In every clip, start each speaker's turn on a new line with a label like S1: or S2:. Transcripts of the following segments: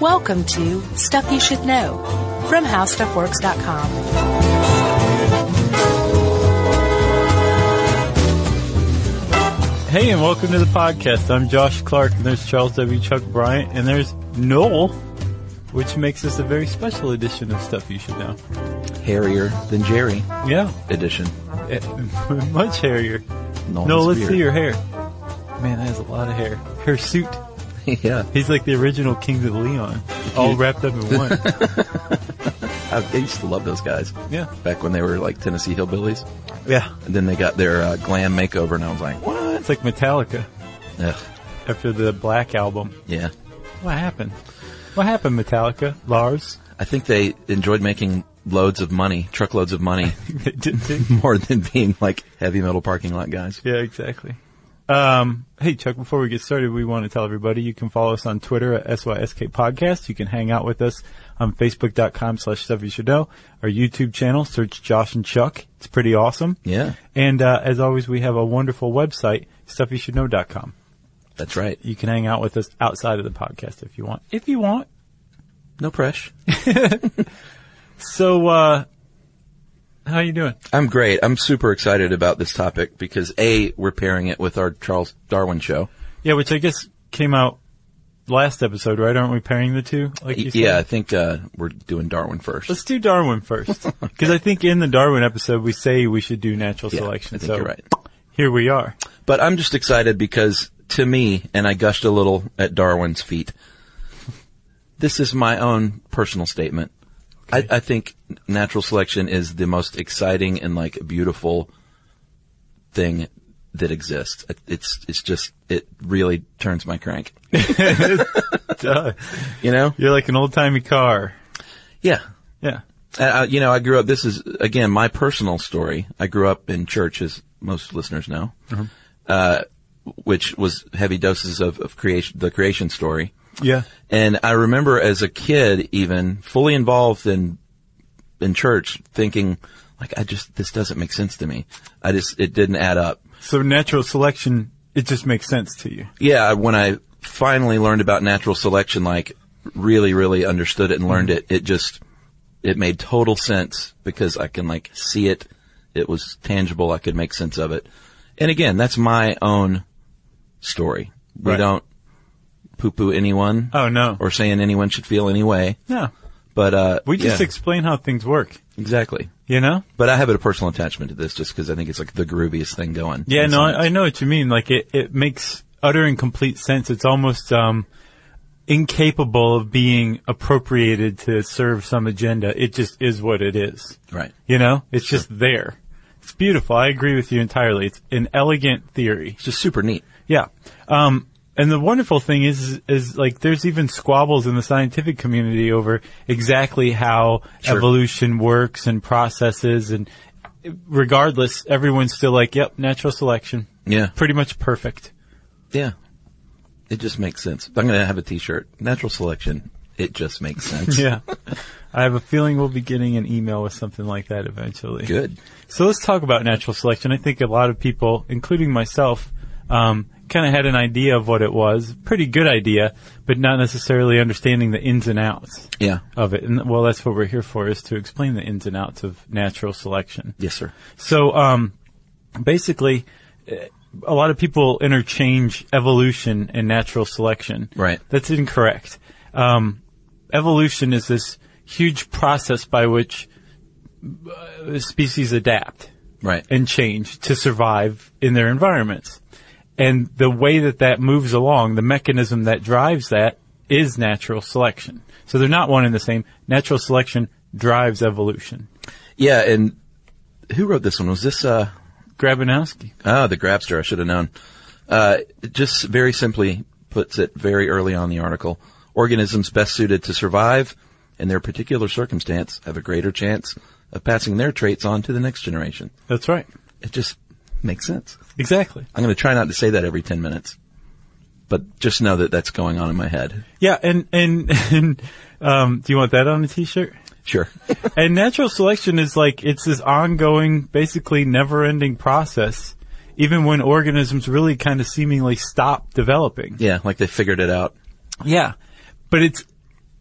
S1: Welcome to Stuff You Should Know from HowStuffWorks.com.
S2: Hey, and welcome to the podcast. I'm Josh Clark, and there's Charles W. Chuck Bryant, and there's Noel, which makes this a very special edition of Stuff You Should Know.
S3: hairier than Jerry
S2: Yeah,
S3: edition.
S2: eh, much hairier.
S3: Nolan's
S2: Noel, let's
S3: beard.
S2: see your hair. Man, that is a lot of hair. Her suit.
S3: yeah,
S2: He's like the original Kings of Leon, all wrapped up in one.
S3: I, I used to love those guys
S2: Yeah.
S3: back when they were like Tennessee hillbillies,
S2: Yeah.
S3: and then they got their uh, glam makeover, and I was like, what?
S2: It's like Metallica
S3: Ugh,
S2: after the Black album.
S3: yeah,
S2: What happened? What happened, Metallica? Lars?
S3: I think they enjoyed making loads of money, truckloads of money,
S2: They did too.
S3: more than being like heavy metal parking lot guys.
S2: Yeah, exactly. Um, hey, Chuck, before we get started, we want to tell everybody you can follow us on Twitter at SYSK Podcast. You can hang out with us on Facebook.com slash Stuff You Should Know. Our YouTube channel, search Josh and Chuck. It's pretty awesome.
S3: Yeah,
S2: And uh, as always, we have a wonderful website, StuffYouShouldKnow.com.
S3: that's right.
S2: You can hang out with us outside of the podcast if you want. If you want.
S3: No pressure.
S2: So, uh, how you doing?
S3: I'm great. I'm super excited about this topic because a we're pairing it with our Charles Darwin show.
S2: Yeah, which I guess came out last episode, right? Aren't we pairing the two? Like you said?
S3: Yeah, I think uh, we're doing Darwin first.
S2: Let's do Darwin first, because I think in the Darwin episode we say we should do natural
S3: yeah,
S2: selection.
S3: I think
S2: so
S3: you're right.
S2: here we are.
S3: But I'm just excited because to me, and I gushed a little at Darwin's feet, this is my own personal statement. I, I think natural selection is the most exciting and like beautiful thing that exists. It's, it's just, it really turns my crank,
S2: Duh.
S3: you know?
S2: You're like an old timey car.
S3: Yeah.
S2: Yeah.
S3: Uh, uh, you know, I grew up, this is again my personal story. I grew up in church as most listeners know, uh, which was heavy doses of, of creation, the creation story.
S2: Yeah.
S3: And I remember as a kid, even fully involved in in church, thinking like, I just this doesn't make sense to me. I just it didn't add up.
S2: So natural selection, it just makes sense to you.
S3: Yeah, when I finally learned about natural selection, like really, really understood it and learned it, it just it made total sense because I can like see it. It was tangible. I could make sense of it. And again, that's my own story. We
S2: Right.
S3: don't poo-poo anyone
S2: Oh no.
S3: or saying anyone should feel any way.
S2: no.
S3: But uh,
S2: We just
S3: yeah,
S2: explain how things work.
S3: exactly.
S2: You know?
S3: But I have a personal attachment to this just because I think it's like the grooviest thing going. uh,
S2: Yeah.
S3: In
S2: No,
S3: science.
S2: I, I know what you mean. Like it, it makes utter and complete sense. It's almost um, incapable of being appropriated to serve some agenda. It just is what it is.
S3: right.
S2: You know, it's just there. It's beautiful. I agree with you entirely. It's an elegant theory.
S3: It's just super neat.
S2: Yeah. Um, and the wonderful thing is, is like there's even squabbles in the scientific community over exactly how
S3: Sure.
S2: evolution works and processes. And regardless, everyone's still like, yep, natural selection.
S3: Yeah.
S2: Pretty much perfect.
S3: Yeah. It just makes sense. I'm going to have a t-shirt. Natural selection. It just makes sense.
S2: Yeah. I have a feeling we'll be getting an email with something like that eventually.
S3: Good.
S2: So let's talk about natural selection. I think a lot of people, including myself, um, kind of had an idea of what it was, pretty good idea, but not necessarily understanding the ins and outs
S3: Yeah.
S2: of it. And well, that's what we're here for is to explain the ins and outs of natural selection.
S3: Yes, sir.
S2: So, um, basically, eh, a lot of people interchange evolution and natural selection.
S3: Right.
S2: That's incorrect. Um, evolution is this huge process by which uh, species adapt
S3: Right.
S2: and change to survive in their environments. And the way that that moves along, the mechanism that drives that is natural selection. So they're not one and the same. Natural selection drives evolution.
S3: yeah. And who wrote this one? Was this, uh,
S2: Grabanowski.
S3: oh, the Grabster. I should have known. Uh, it just very simply puts it very early on in the article. Organisms best suited to survive in their particular circumstance have a greater chance of passing their traits on to the next generation.
S2: That's right.
S3: It just makes sense.
S2: Exactly.
S3: I'm going to try not to say that every 10 minutes, but just know that that's going on in my head.
S2: Yeah, and and and um, do you want that on a t-shirt?
S3: Sure.
S2: and natural selection is like it's this ongoing, basically never-ending process, even when organisms really kind of seemingly stop developing.
S3: yeah, like they figured it out.
S2: Yeah, but it's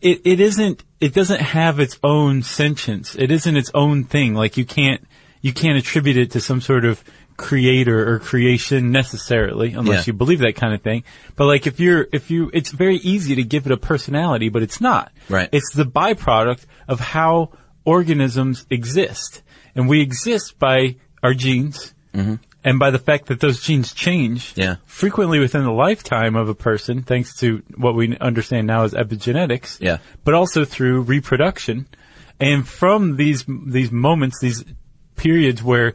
S2: it, it isn't, it doesn't have its own sentience. It isn't its own thing. Like you can't, you can't attribute it to some sort of creator or creation necessarily, unless
S3: Yeah.
S2: you believe that kind of thing. But like if you're, if you, it's very easy to give it a personality, but it's not.
S3: Right.
S2: It's the byproduct of how organisms exist. And we exist by our genes. And by the fact that those genes change
S3: Yeah.
S2: frequently within the lifetime of a person, thanks to what we understand now as epigenetics,
S3: Yeah.
S2: but also through reproduction. And from these these moments, these periods where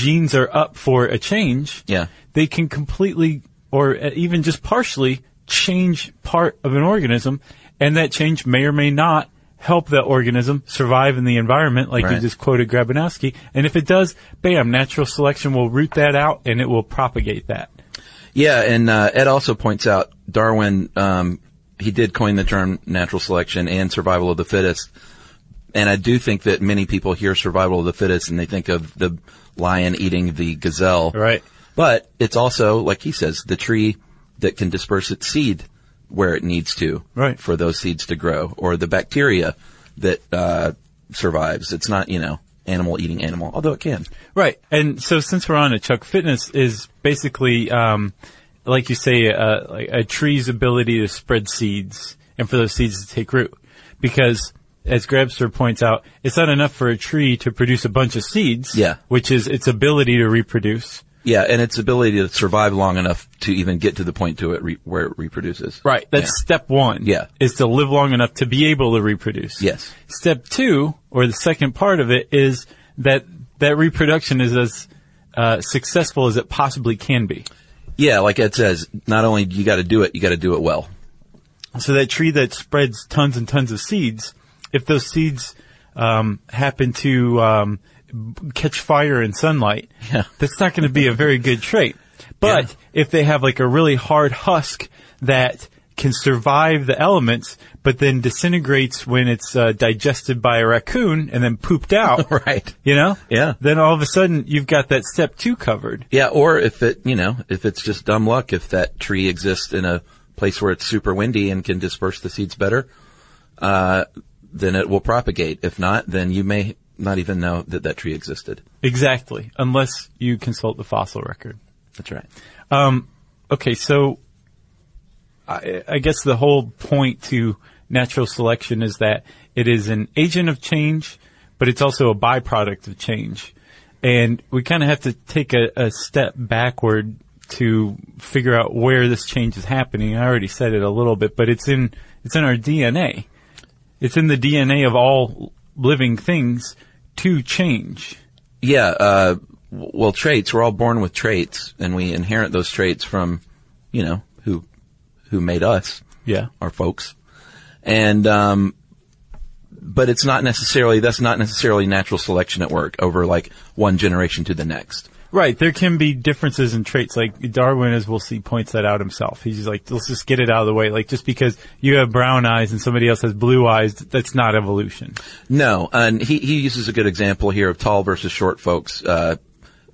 S2: genes are up for a change,
S3: Yeah.
S2: they can completely or uh, even just partially change part of an organism, and that change may or may not help that organism survive in the environment, like you
S3: Right.
S2: just quoted Grabanowski. And if it does, bam, natural selection will root that out and it will propagate that.
S3: Yeah, and uh, Ed also points out Darwin. Um, he did coin the term natural selection and survival of the fittest. And I do think that many people hear survival of the fittest and they think of the lion eating the gazelle.
S2: Right.
S3: But it's also, like he says, the tree that can disperse its seed where it needs to
S2: Right.
S3: for those seeds to grow, or the bacteria that uh, survives. It's not, you know, animal eating animal, although it can.
S2: Right. And so since we're on it, Chuck, fitness is basically, um, like you say, uh, like a tree's ability to spread seeds and for those seeds to take root. Because as Grabster points out, it's not enough for a tree to produce a bunch of seeds,
S3: Yeah.
S2: which is its ability to reproduce.
S3: Yeah, and its ability to survive long enough to even get to the point to it re- where it reproduces.
S2: Right. That's step one.
S3: Yeah.
S2: Is to live long enough to be able to reproduce.
S3: Yes.
S2: Step two, or the second part of it, is that that reproduction is as uh, successful as it possibly can be.
S3: Yeah, like Ed says, not only you got to do it, you got to do it well.
S2: So that tree that spreads tons and tons of seeds, if those seeds um, happen to um, b- catch fire in sunlight,
S3: Yeah.
S2: that's not going to be a very good trait. But if they have like a really hard husk that can survive the elements, but then disintegrates when it's uh, digested by a raccoon and then pooped out,
S3: Right.
S2: you know,
S3: Yeah.
S2: then all of a sudden you've got that step two covered.
S3: Yeah, or if it, you know, if it's just dumb luck, if that tree exists in a place where it's super windy and can disperse the seeds better, uh, then it will propagate. If not, then you may not even know that that tree existed.
S2: Exactly, unless you consult the fossil record.
S3: That's right.
S2: Um, Okay, so I, I guess the whole point to natural selection is that it is an agent of change, but it's also a byproduct of change. And we kind of have to take a, a step backward to figure out where this change is happening. I already said it a little bit, but it's in it's in our DNA. It's in the DNA of all living things to change.
S3: Yeah, uh, w- well, traits, we're all born with traits and we inherit those traits from, you know, who, who made us.
S2: Yeah.
S3: our folks. And, um, but it's not necessarily, that's not necessarily natural selection at work over like one generation to the next.
S2: Right. There can be differences in traits. Like Darwin, as we'll see, points that out himself. He's just like, let's just get it out of the way. Like just because you have brown eyes and somebody else has blue eyes, that's not evolution.
S3: No, and he, he uses a good example here of tall versus short folks. Uh,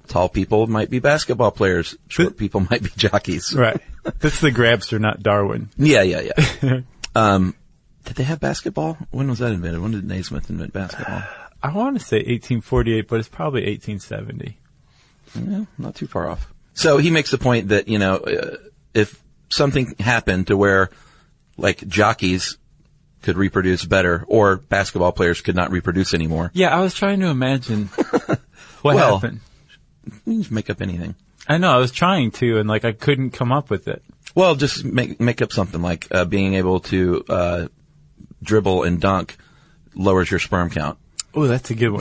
S3: tall people might be basketball players. Short people might be jockeys.
S2: Right. that's the grabster, not Darwin.
S3: Yeah, yeah, yeah. um, did they have basketball? When was that invented? When did Naismith invent basketball?
S2: I want to say 1848, but it's probably 1870.
S3: Yeah, not too far off. So he makes the point that, you know, uh, if something happened to where, like, jockeys could reproduce better or basketball players could not reproduce anymore,
S2: Yeah, I was trying to imagine what
S3: Well-
S2: happened.
S3: you can just make up anything.
S2: I know, I was trying to, and like I couldn't come up with it.
S3: Well, just make, make up something like uh, being able to uh, dribble and dunk lowers your sperm count.
S2: Oh, that's a good one.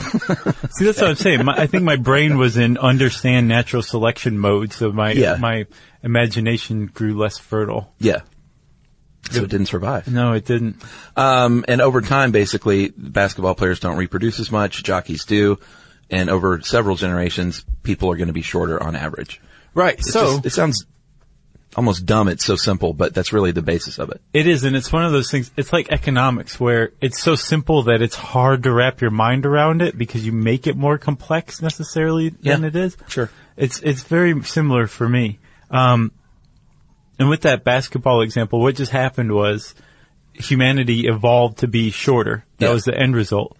S2: See, that's what I'm saying. My, I think my brain was in understand natural selection mode, so my
S3: Yeah.
S2: my imagination grew less fertile.
S3: Yeah. So it didn't survive.
S2: No, it didn't.
S3: Um, and over time, basically, basketball players don't reproduce as much. Jockeys do. And over several generations, people are going to be shorter on average.
S2: Right.
S3: It's
S2: So
S3: just- it sounds almost dumb. It's so simple, but that's really the basis of it.
S2: it is, and it's one of those things. It's like economics, where it's so simple that it's hard to wrap your mind around it because you make it more complex necessarily than
S3: Yeah.
S2: it is.
S3: Sure.
S2: It's it's very similar for me. Um, and with that basketball example, what just happened was humanity evolved to be shorter. That
S3: Yeah.
S2: was the end result.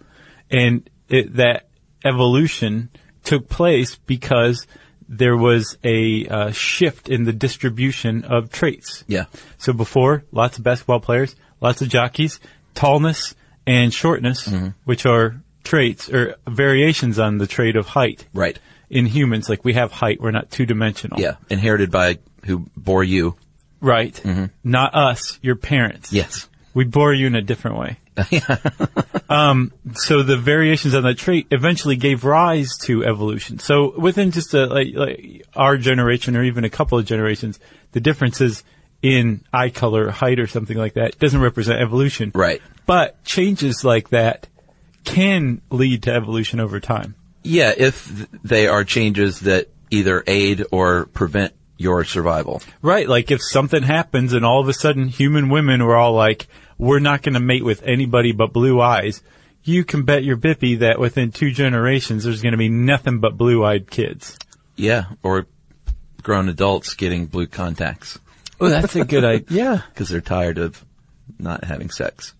S2: And it, that evolution took place because there was a uh, shift in the distribution of traits.
S3: Yeah.
S2: So before, lots of basketball players, lots of jockeys, tallness and shortness,
S3: Mm-hmm.
S2: which are traits or variations on the trait of height.
S3: Right.
S2: In humans, like we have height, we're not two dimensional.
S3: Yeah. Inherited by who bore you.
S2: Right.
S3: Mm-hmm.
S2: Not us, your parents.
S3: Yes.
S2: We bore you in a different way. um, so the variations on that trait eventually gave rise to evolution. So within just a, like, like our generation or even a couple of generations, the differences in eye color, height, or something like that doesn't represent evolution.
S3: Right.
S2: But changes like that can lead to evolution over time.
S3: Yeah. If th- they are changes that either aid or prevent your survival.
S2: Right. Like if something happens and all of a sudden human women were all like, we're not going to mate with anybody but blue eyes. You can bet your bippy that within two generations, there's going to be nothing but blue eyed kids.
S3: Yeah. Or grown adults getting blue contacts
S2: Oh, that's a good idea.
S3: because they're tired of not having sex.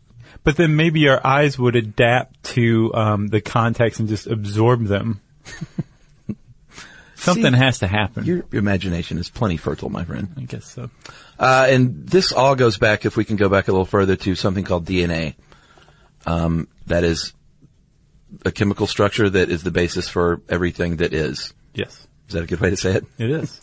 S2: But then maybe our eyes would adapt to um, the contacts and just absorb them. Something
S3: See,
S2: has to happen.
S3: Your imagination is plenty fertile, my friend.
S2: I guess so.
S3: Uh, and this all goes back, if we can go back a little further, to something called DNA. Um, that is a chemical structure that is the basis for everything that is.
S2: Yes,
S3: Is that a good way to say it?
S2: it is.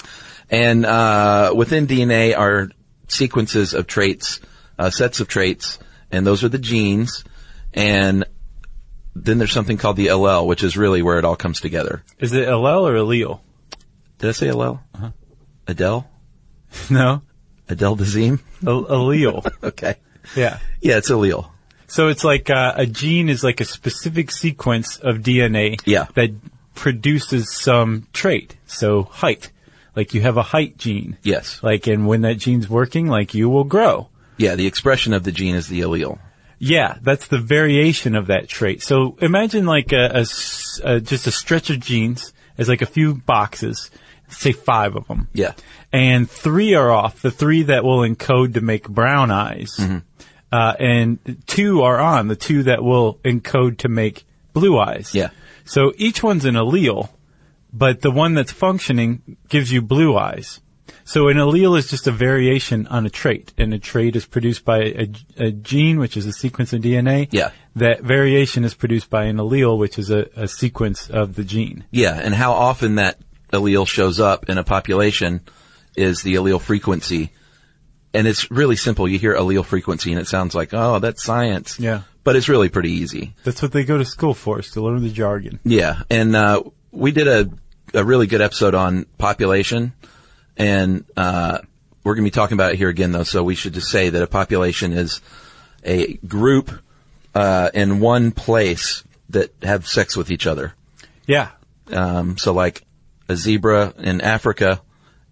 S3: And uh, within DNA are sequences of traits, uh, sets of traits, and those are the genes. And then there's something called the LL, which is really where it all comes together.
S2: Is it LL or allele?
S3: Did I say LL? Adele?
S2: No,
S3: Adele Dazeem?
S2: Al- allele.
S3: Okay.
S2: yeah.
S3: Yeah, it's allele.
S2: So it's like uh, a gene is like a specific sequence of DNA
S3: Yeah.
S2: that produces some trait. So height, like you have a height gene.
S3: Yes.
S2: Like, and when that gene's working, like you will grow.
S3: Yeah, the expression of the gene is the allele.
S2: Yeah, that's the variation of that trait. So imagine like a, a s- uh, just a stretch of genes as like a few boxes, say five of them.
S3: Yeah.
S2: and three are off. The three that will encode to make brown eyes,
S3: Mm-hmm.
S2: uh, and two are on. The two that will encode to make blue eyes.
S3: Yeah.
S2: So each one's an allele, but the one that's functioning gives you blue eyes. So an allele is just a variation on a trait, and a trait is produced by a, a gene, which is a sequence of DNA.
S3: Yeah.
S2: That variation is produced by an allele, which is a, a sequence of the gene.
S3: Yeah, and how often that allele shows up in a population is the allele frequency. And it's really simple. You hear allele frequency and it sounds like, oh, that's science.
S2: Yeah.
S3: But it's really pretty easy.
S2: That's what they go to school for, is to learn the jargon.
S3: Yeah. And, uh, we did a, a really good episode on population and, uh, we're going to be talking about it here again though. So we should just say that a population is a group, uh, in one place that have sex with each other.
S2: Yeah.
S3: Um, so like a zebra in Africa,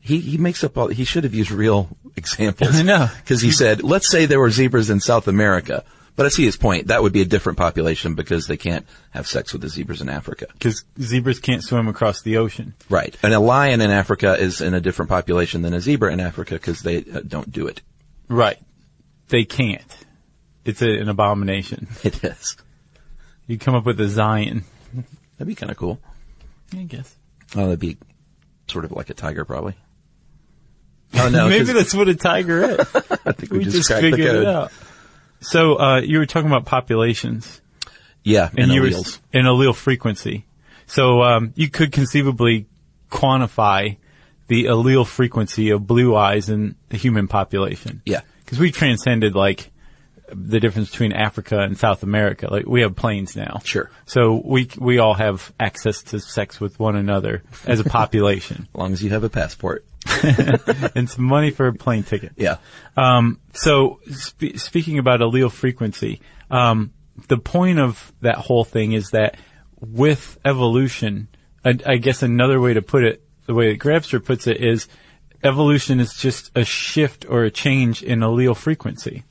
S3: he, he makes up all, he should have used real examples.
S2: I know.
S3: Cause he said, let's say there were zebras in South America. But I see his point. That would be a different population because they can't have sex with the zebras in Africa.
S2: because zebras can't swim across the ocean.
S3: Right. And a lion in Africa is in a different population than a zebra in Africa because they uh, don't do it.
S2: Right. They can't. It's a, an abomination.
S3: It is.
S2: You come up with a Zion.
S3: That'd be kind of cool.
S2: I guess.
S3: Oh, that'd be sort of like a tiger probably. Oh no.
S2: Maybe
S3: 'cause
S2: that's what a tiger is.
S3: I think we,
S2: we
S3: just,
S2: just
S3: cracked the
S2: figured
S3: code.
S2: it out. So uh, you were talking about populations
S3: Yeah. And,
S2: you
S3: alleles.
S2: were in allele frequency. So um, you could conceivably quantify the allele frequency of blue eyes in the human population.
S3: Yeah.
S2: because we transcended like the difference between Africa and South America. Like we have planes now.
S3: Sure.
S2: So we we all have access to sex with one another as a population
S3: As long as you have a passport.
S2: and some money for a plane ticket.
S3: Yeah.
S2: So spe- speaking about allele frequency, um, the point of that whole thing is that with evolution, I, I guess another way to put it, the way that Grabster puts it is evolution is just a shift or a change in allele frequency.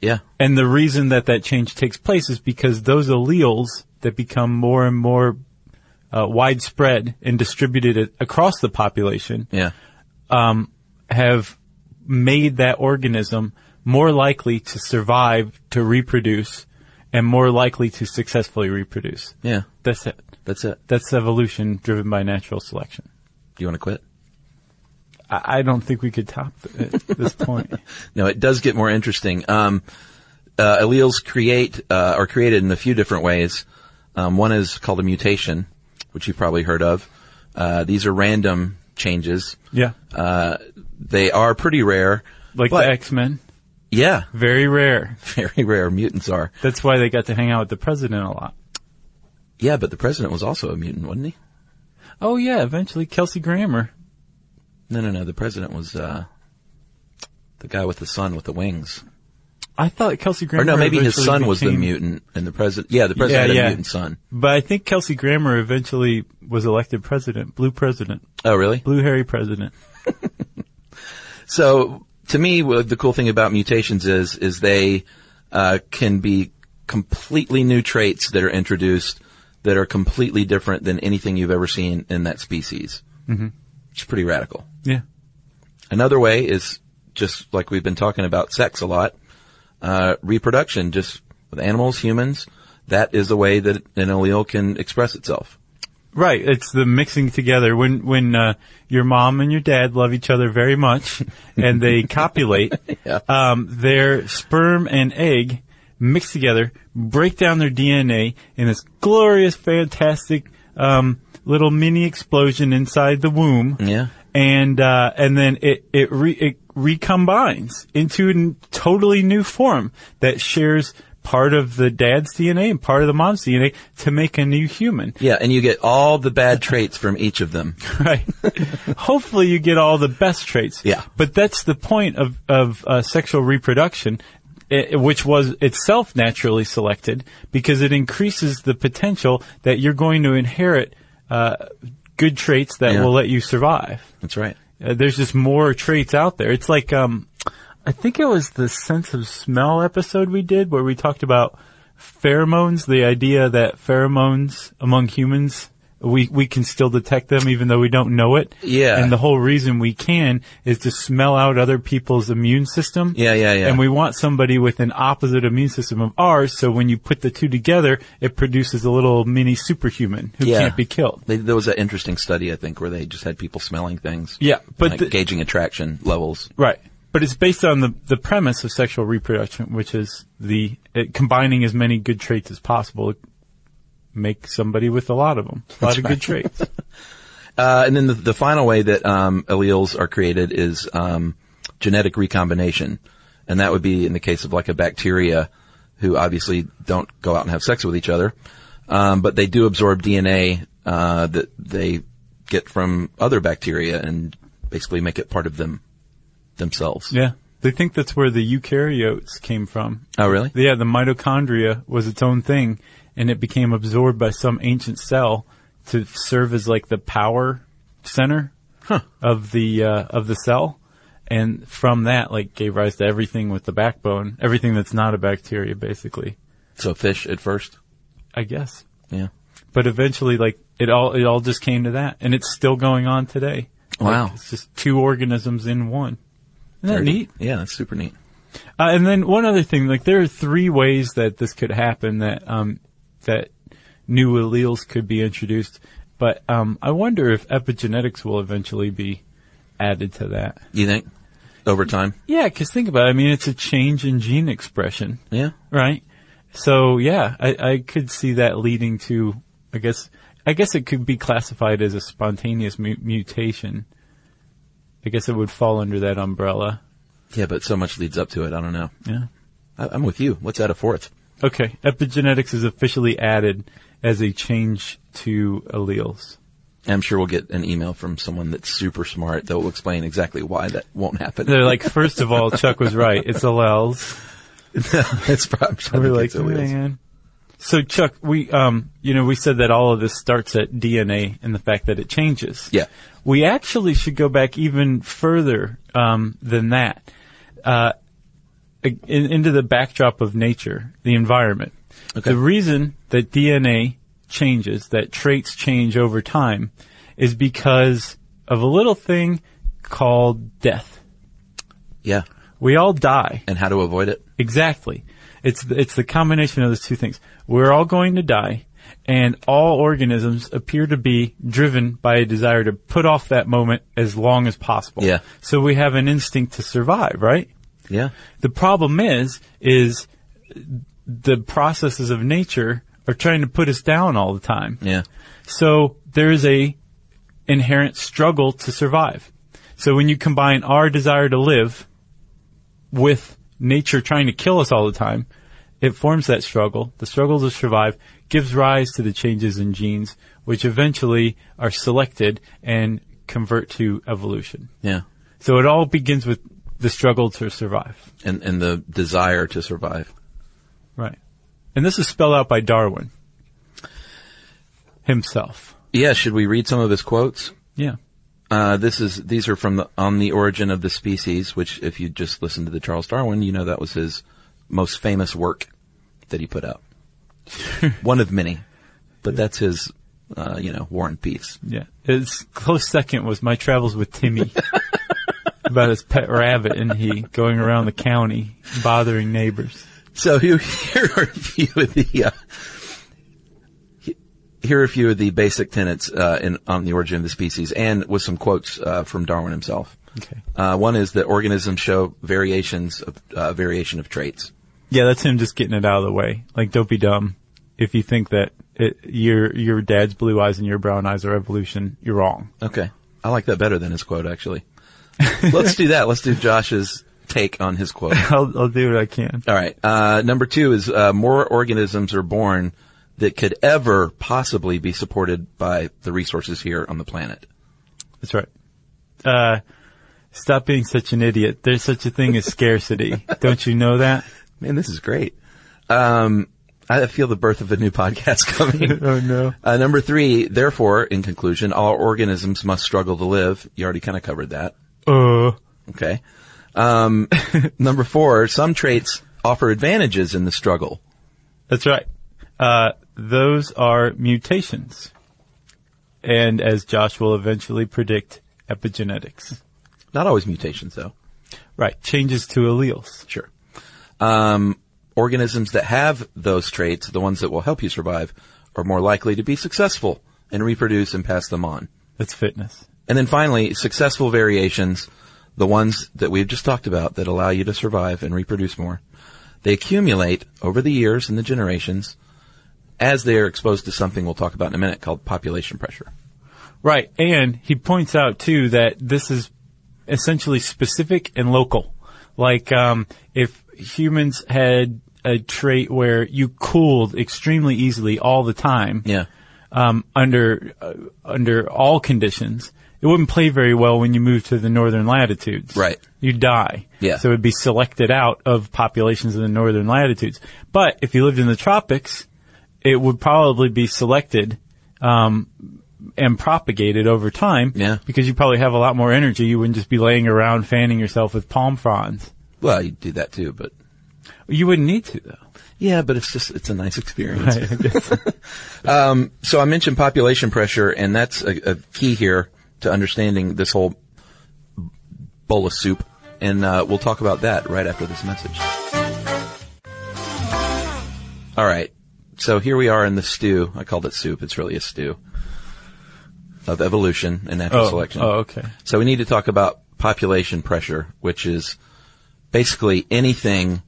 S3: Yeah.
S2: And the reason that that change takes place is because those alleles that become more and more uh, widespread and distributed a- across the population
S3: Yeah.
S2: have made that organism more likely to survive to reproduce and more likely to successfully reproduce.
S3: Yeah.
S2: That's it.
S3: That's it.
S2: That's evolution driven by natural selection.
S3: Do you want to quit?
S2: I, I don't think we could top it at this point.
S3: No, it does get more interesting. Um, uh, alleles create uh, are created in a few different ways. Um, one is called a mutation, which you've probably heard of. Uh, these are random changes.
S2: Yeah.
S3: Uh, they are pretty rare.
S2: Like
S3: but-
S2: the X-Men.
S3: yeah,
S2: Very rare.
S3: very rare. Mutants are.
S2: That's why they got to hang out with the president a lot.
S3: Yeah, but the president was also a mutant, wasn't he?
S2: Oh yeah, eventually Kelsey Grammer.
S3: No, no, no. The president was uh, the guy with the son with the wings.
S2: I thought Kelsey Grammer.
S3: Or no, maybe his
S2: eventually
S3: son was the
S2: became-
S3: mutant, and the president. Yeah, the president had a
S2: yeah.
S3: mutant son.
S2: But I think Kelsey Grammer eventually was elected president, blue president,
S3: Oh, really?
S2: blue hairy president.
S3: So to me, what the cool thing about mutations is is they uh, can be completely new traits that are introduced that are completely different than anything you've ever seen in that species. Mm-hmm. It's pretty radical.
S2: Yeah.
S3: Another way is just like we've been talking about sex a lot, uh, reproduction, just with animals, humans. That is a way that an allele can express itself.
S2: Right, it's the mixing together when when uh, your mom and your dad love each other very much and they copulate.
S3: Yeah.
S2: Um, their sperm and egg mix together, break down their DNA in this glorious, fantastic um, little mini explosion inside the womb.
S3: Yeah.
S2: and uh, and then it it, re- it recombines into a n- totally new form that shares part of the dad's DNA and part of the mom's DNA to make a new human.
S3: Yeah, and you get all the bad traits from each of them.
S2: Right. Hopefully you get all the best traits.
S3: Yeah.
S2: But that's the point of, of uh, sexual reproduction, i which was itself naturally selected because it increases the potential that you're going to inherit uh, good traits that
S3: Yeah.
S2: will let you survive.
S3: That's right.
S2: Uh, there's just more traits out there. It's like, um, I think it was the sense of smell episode we did where we talked about pheromones, the idea that pheromones among humans, we, we can still detect them even though we don't know it.
S3: Yeah.
S2: And the whole reason we can is to smell out other people's immune system.
S3: Yeah, yeah, yeah.
S2: And we want somebody with an opposite immune system of ours. So when you put the two together, it produces a little mini superhuman who
S3: Yeah.
S2: can't be killed.
S3: They, there was an interesting study, I think, where they just had people smelling things.
S2: Yeah, but
S3: like
S2: the-
S3: gauging attraction levels.
S2: Right. But it's based on the, the premise of sexual reproduction, which is the uh, combining as many good traits as possible to make somebody with a lot of them, a lot of good traits.
S3: Uh, and then the, the final way that um, alleles are created is um, genetic recombination, and that would be in the case of like a bacteria, who obviously don't go out and have sex with each other, um, but they do absorb DNA uh, that they get from other bacteria and basically make it part of them themselves.
S2: Yeah. They think that's where the eukaryotes came from.
S3: Oh, really?
S2: Yeah, the mitochondria was its own thing, and it became absorbed by some ancient cell to serve as like the power center of the uh, of the cell, and from that, like, gave rise to everything with the backbone, everything that's not a bacteria, basically.
S3: So fish at first.
S2: I guess.
S3: Yeah.
S2: But eventually, like it all, it all just came to that, and it's still going on today. Like,
S3: Wow.
S2: it's just two organisms in one. Isn't that
S3: Very-
S2: neat?
S3: Yeah, that's super neat.
S2: Uh, and then one other thing, like there are three ways that this could happen that um, that new alleles could be introduced. But um, I wonder if epigenetics will eventually be added to that.
S3: You think? Over time?
S2: Yeah, because think about it. I mean, it's a change in gene expression.
S3: Yeah.
S2: Right. So yeah, I, I could see that leading to, I guess, I guess it could be classified as a spontaneous mu- mutation. I guess it would fall under that umbrella.
S3: Yeah, but so much leads up to it. I don't know.
S2: Yeah.
S3: I, I'm with you. What's that a fourth?
S2: Okay. Epigenetics is officially added as a change to alleles.
S3: I'm sure we'll get an email from someone that's super smart that will explain exactly why that won't happen.
S2: They're like, first of all, Chuck was right. It's alleles.
S3: it's probably I
S2: We're
S3: think
S2: like,
S3: it's alleles.
S2: man. So Chuck, we, um, you know, we said that all of this starts at DNA and the fact that it changes.
S3: Yeah.
S2: We actually should go back even further um, than that, uh, in, into the backdrop of nature, the environment.
S3: Okay.
S2: The reason that DNA changes, that traits change over time, is because of a little thing called death.
S3: Yeah.
S2: We all die.
S3: and how to avoid it.
S2: Exactly. It's the, it's the combination of those two things. We're all going to die, and all organisms appear to be driven by a desire to put off that moment as long as possible.
S3: Yeah.
S2: So we have an instinct to survive, right?
S3: Yeah.
S2: The problem is, is the processes of nature are trying to put us down all the time.
S3: Yeah.
S2: So there is a inherent struggle to survive. So when you combine our desire to live with nature trying to kill us all the time, it forms that struggle. The struggle to survive gives rise to the changes in genes, which eventually are selected and convert to evolution.
S3: Yeah.
S2: So it all begins with the struggle to survive.
S3: And, and the desire to survive.
S2: Right. And this is spelled out by Darwin himself.
S3: Yeah. Should we read some of his quotes?
S2: Yeah.
S3: Uh, this is, these are from the, on the origin of the species, which if you just listen to the Charles Darwin, you know that was his most famous work that he put out. One of many, but that's his, uh, you know, War and Peace.
S2: Yeah. His close second was my travels with Timmy about his pet rabbit and he going around the county bothering neighbors.
S3: So here, here are a few of the uh, he- here are a few of the basic tenets uh, in on the origin of the species, and with some quotes uh, from Darwin himself.
S2: Okay.
S3: Uh, one is that organisms show variations of uh, variation of traits.
S2: Yeah, that's him just getting it out of the way. Like, don't be dumb. If you think that it, your your dad's blue eyes and your brown eyes are evolution, you're wrong.
S3: Okay, I like that better than his quote actually. Let's do that. Let's do Josh's take on his quote.
S2: I'll, I'll do what I can.
S3: All right. Uh, number two is uh, more organisms are born that could ever possibly be supported by the resources here on the planet.
S2: That's right. Uh, stop being such an idiot. There's such a thing as scarcity. Don't you know that?
S3: Man, this is great. Um, I feel the birth of a new podcast coming.
S2: Oh, no.
S3: Uh, number three, therefore, in conclusion, all organisms must struggle to live. You already kind of covered that.
S2: Uh,
S3: Okay. Um, number four, some traits offer advantages in the struggle.
S2: That's right. Uh, those are mutations. And as Josh will eventually predict, epigenetics.
S3: Not always mutations, though.
S2: Right. Changes to alleles.
S3: Sure. Um, organisms that have those traits, the ones that will help you survive, are more likely to be successful and reproduce and pass them on.
S2: That's fitness.
S3: And then finally, successful variations, the ones that we've just talked about that allow you to survive and reproduce more, they accumulate over the years and the generations as they are exposed to something we'll talk about in a minute called population pressure.
S2: Right. And he points out too that this is essentially specific and local. Like, um, if humans had a trait where you cooled extremely easily all the time,
S3: Yeah.
S2: um, under uh, under all conditions. It wouldn't play very well when you move to the northern latitudes.
S3: Right.
S2: You die.
S3: Yeah.
S2: So it'd be selected out of populations in the northern latitudes. But if you lived in the tropics, it would probably be selected um, and propagated over time.
S3: Yeah.
S2: Because you probably have a lot more energy. You wouldn't just be laying around fanning yourself with palm fronds.
S3: Well, you do that too, but
S2: You wouldn't need to though.
S3: yeah, but it's just, it's a nice experience. Um,
S2: I guess.
S3: So I mentioned population pressure and that's a, a key here to understanding this whole bowl of soup. And uh, we'll talk about that right after this message. All right. So here we are in the stew. I called it soup. It's really a stew of evolution and natural
S2: Oh,
S3: selection.
S2: oh, okay.
S3: So we need to talk about population pressure, which is basically anything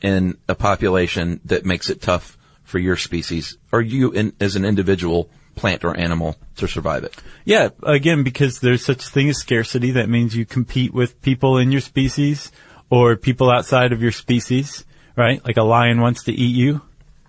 S3: in a population that makes it tough for your species or you in, as an individual plant or animal to survive it.
S2: Yeah, again, because there's such a thing as scarcity, that means you compete with people in your species or people outside of your species, right? Like a lion wants to eat you.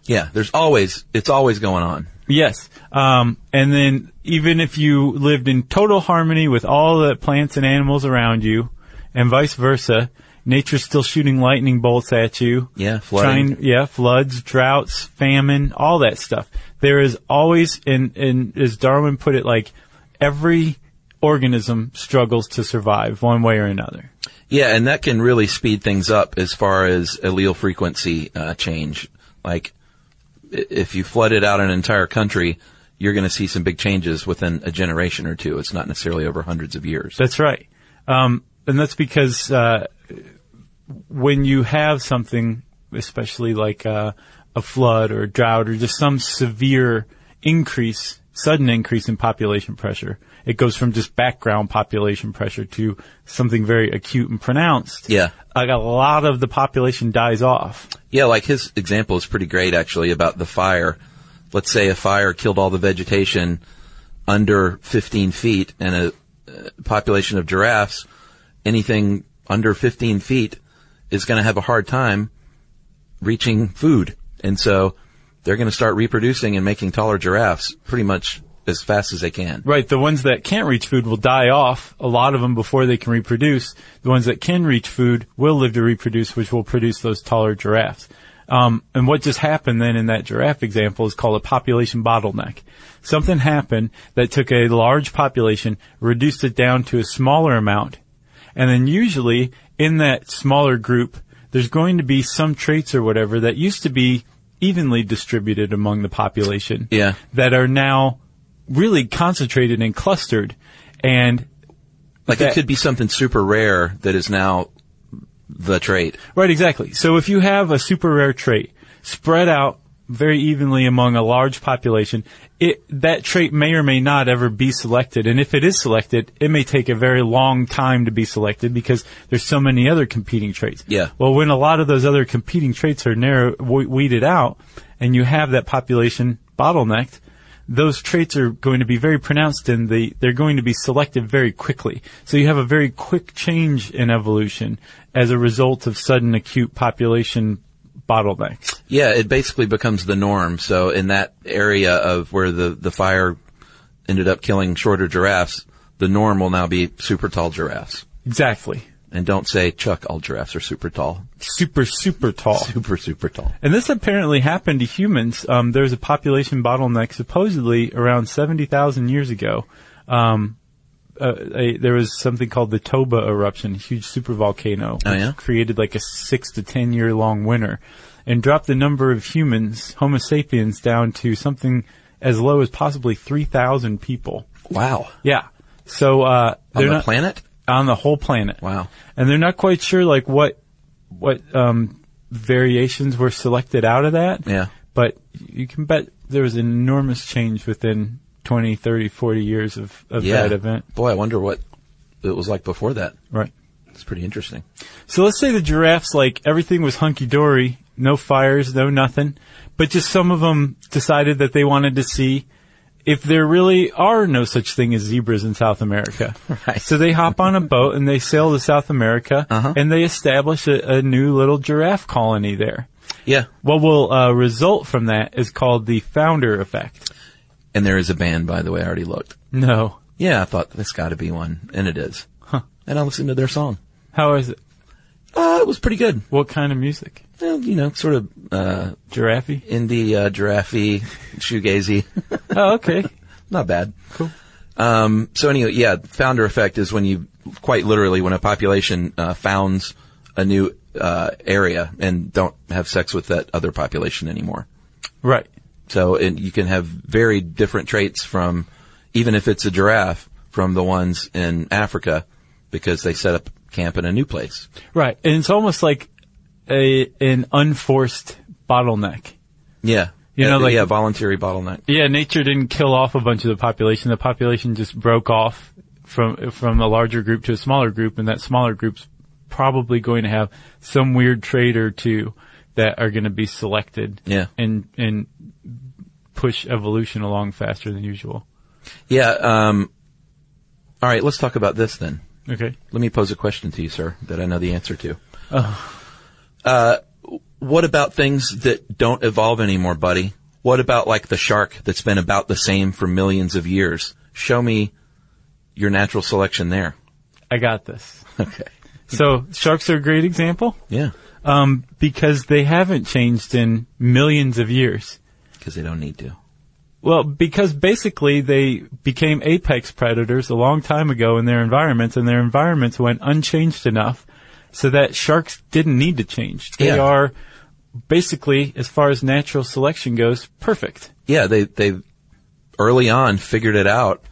S3: Yeah. There's always, it's always going on.
S2: Yes. Um, and then even if you lived in total harmony with all the plants and animals around you and vice versa, nature's still shooting lightning bolts at you.
S3: Yeah, flooding.
S2: Trying, yeah, floods, droughts, famine, all that stuff. There is always, and, and as Darwin put it, like every organism struggles to survive one way or another.
S3: Yeah, and that can really speed things up as far as allele frequency uh, change. Like, i- if you flooded out an entire country, you're going to see some big changes within a generation or two. It's not necessarily over hundreds of years.
S2: That's right. Um, and that's because uh, when you have something, especially like uh, a flood or a drought or just some severe increase, sudden increase in population pressure, it goes from just background population pressure to something very acute and pronounced.
S3: Yeah.
S2: Like a lot of the population dies off.
S3: Yeah, like his example is pretty great actually about the fire. Let's say a fire killed all the vegetation under 15 feet and a uh, population of giraffes, anything under 15 feet is going to have a hard time reaching food. And so they're going to start reproducing and making taller giraffes pretty much as fast as they can.
S2: Right. The ones that can't reach food will die off, a lot of them before they can reproduce. The ones that can reach food will live to reproduce, which will produce those taller giraffes. Um, and what just happened then in that giraffe example is called a population bottleneck. Something happened that took a large population, reduced it down to a smaller amount, and then usually in that smaller group, there's going to be some traits or whatever that used to be evenly distributed among the population
S3: Yeah.
S2: that are now really concentrated and clustered. And
S3: Like
S2: That-
S3: it could be something super rare that is now the trait.
S2: right, exactly. So if you have a super rare trait spread out very evenly among a large population, it, that trait may or may not ever be selected. And if it is selected, it may take a very long time to be selected because there's so many other competing traits.
S3: Yeah.
S2: Well, when a lot of those other competing traits are narrow, we- weeded out and you have that population bottlenecked, those traits are going to be very pronounced and they, they're going to be selected very quickly. So you have a very quick change in evolution as a result of sudden acute population bottlenecks.
S3: Yeah, it basically becomes the norm. So in that area of where the, the fire ended up killing shorter giraffes, the norm will now be super tall giraffes.
S2: Exactly.
S3: And don't say, Chuck, all giraffes are super tall.
S2: Super, super tall.
S3: Super, super tall.
S2: And this apparently happened to humans. Um, there's a population bottleneck supposedly around 70,000 years ago. Um, uh, a, there was something called the Toba eruption, a huge supervolcano, which
S3: Oh, yeah?
S2: created like a six to ten year long winter, and dropped the number of humans, Homo sapiens, down to something as low as possibly 3,000 people.
S3: Wow.
S2: Yeah. So uh,
S3: On
S2: they're
S3: the
S2: not
S3: planet?
S2: on the whole planet.
S3: Wow.
S2: And they're not quite sure like what what um, variations were selected out of that.
S3: Yeah.
S2: But you can bet there was an enormous change within 20, 30, 40 years of, of
S3: Yeah.
S2: that event.
S3: Boy, I wonder what it was like before that.
S2: Right.
S3: It's pretty interesting.
S2: So let's say the giraffes, like everything was hunky dory, no fires, no nothing, but just some of them decided that they wanted to see if there really are no such thing as zebras in South America.
S3: Right.
S2: So they hop on a boat and they sail to South America
S3: Uh-huh.
S2: and they establish a, a new little giraffe colony there.
S3: Yeah.
S2: What will uh, result from that is called the founder effect.
S3: And there is a band, by the way. I already looked.
S2: No.
S3: Yeah, I thought there's got to be one, and it is. Huh. And I listened to their song.
S2: How is it?
S3: Uh, it was pretty good.
S2: What kind of music?
S3: Well, you know, sort of uh,
S2: Giraffe?
S3: indie, uh, giraffe-y, shoegazy.
S2: Oh, okay.
S3: Not bad.
S2: Cool.
S3: Um, so anyway, yeah, founder effect is when you quite literally when a population uh, founds a new uh, area and don't have sex with that other population anymore.
S2: Right.
S3: So and you can have very different traits from, even if it's a giraffe, from the ones in Africa, because they set up camp in a new place.
S2: Right. And it's almost like a an unforced bottleneck.
S3: Yeah,
S2: You know,
S3: Uh,
S2: like-
S3: yeah, voluntary bottleneck.
S2: Yeah, nature didn't kill off a bunch of the population. The population just broke off from from a larger group to a smaller group, and that smaller group's probably going to have some weird trait or two that are going to be selected.
S3: Yeah.
S2: And and push evolution along faster than usual.
S3: Yeah. Um, all right, let's talk about this then.
S2: Okay.
S3: Let me pose a question to you, sir, that I know the answer to.
S2: Oh.
S3: Uh, what about things that don't evolve anymore, buddy? What about like the shark that's been about the same for millions of years? Show me your natural selection there.
S2: I got this.
S3: Okay.
S2: So sharks are a great example
S3: Yeah.
S2: um, because they haven't changed in millions of years.
S3: Because they don't need to.
S2: Well, because basically they became apex predators a long time ago in their environments, and their environments went unchanged enough so that sharks didn't need to change. They
S3: Yeah.
S2: are basically, as far as natural selection goes, perfect.
S3: Yeah, they, they early on figured it out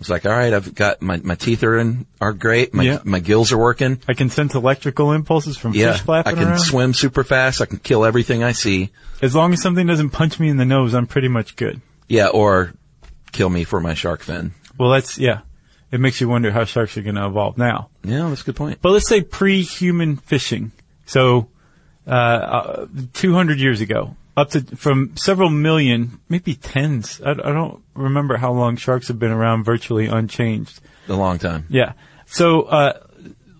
S3: It's like, all right, I've got my, my teeth are in, are great. My,
S2: Yeah.
S3: my gills are working.
S2: I can sense electrical impulses from
S3: Yeah.
S2: fish flapping
S3: I can
S2: around.
S3: swim super fast. I can kill everything I see.
S2: As long as something doesn't punch me in the nose, I'm pretty much good.
S3: Yeah. Or kill me for my shark fin.
S2: Well, that's, yeah. It makes you wonder how sharks are going to evolve now.
S3: Yeah. That's a good point.
S2: But let's say pre-human fishing. So, uh, uh, 200 years ago, up to, from several million, maybe tens. I, I don't remember how long sharks have been around virtually unchanged.
S3: A long time.
S2: Yeah. So, uh,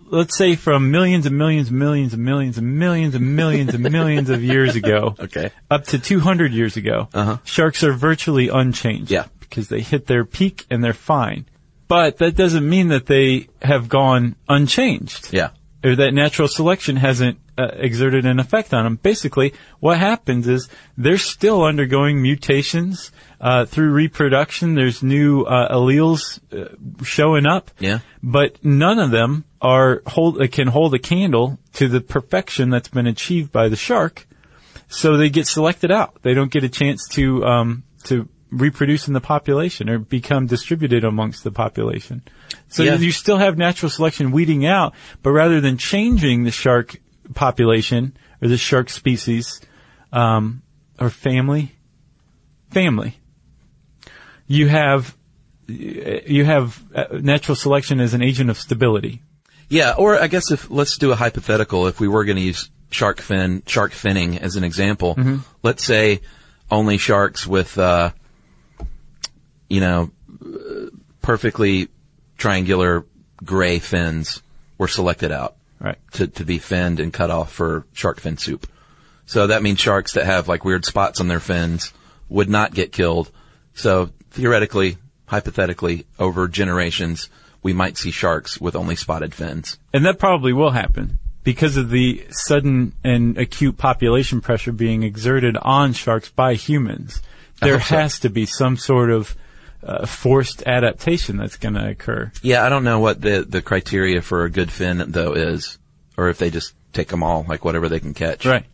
S2: let's say from millions and millions and millions and millions and millions and millions and millions of years ago.
S3: Okay.
S2: Up to 200 years ago.
S3: Uh-huh.
S2: Sharks are virtually unchanged.
S3: Yeah.
S2: Because they hit their peak and they're fine. But that doesn't mean that they have gone unchanged
S3: Yeah.
S2: or that natural selection hasn't uh, exerted an effect on them. Basically, what happens is they're still undergoing mutations uh, through reproduction. There's new uh, alleles uh, showing up,
S3: Yeah.
S2: but none of them are hold uh, can hold a candle to the perfection that's been achieved by the shark. So they get selected out. They don't get a chance to um, to reproduce in the population or become distributed amongst the population. So
S3: Yeah.
S2: you still have natural selection weeding out, but rather than changing the shark population or the shark species um, or family, family, you have you have uh, natural selection as an agent of stability.
S3: Yeah, or I guess if let's do a hypothetical. If we were going to use shark fin, shark finning as an example, let's say only sharks with, uh, you know, uh, perfectly triangular gray fins were selected out
S2: Right.
S3: to, to be finned and cut off for shark fin soup. So that means sharks that have like weird spots on their fins would not get killed. So theoretically, hypothetically, over generations, we might see sharks with only spotted fins.
S2: And that probably will happen because of the sudden and acute population pressure being exerted on sharks by humans.
S3: I
S2: There
S3: hope so.
S2: has to be some sort of uh, forced adaptation that's going to occur.
S3: Yeah, I don't know what the, the criteria for a good fin though is, or if they just take them all, like whatever they can catch.
S2: Right.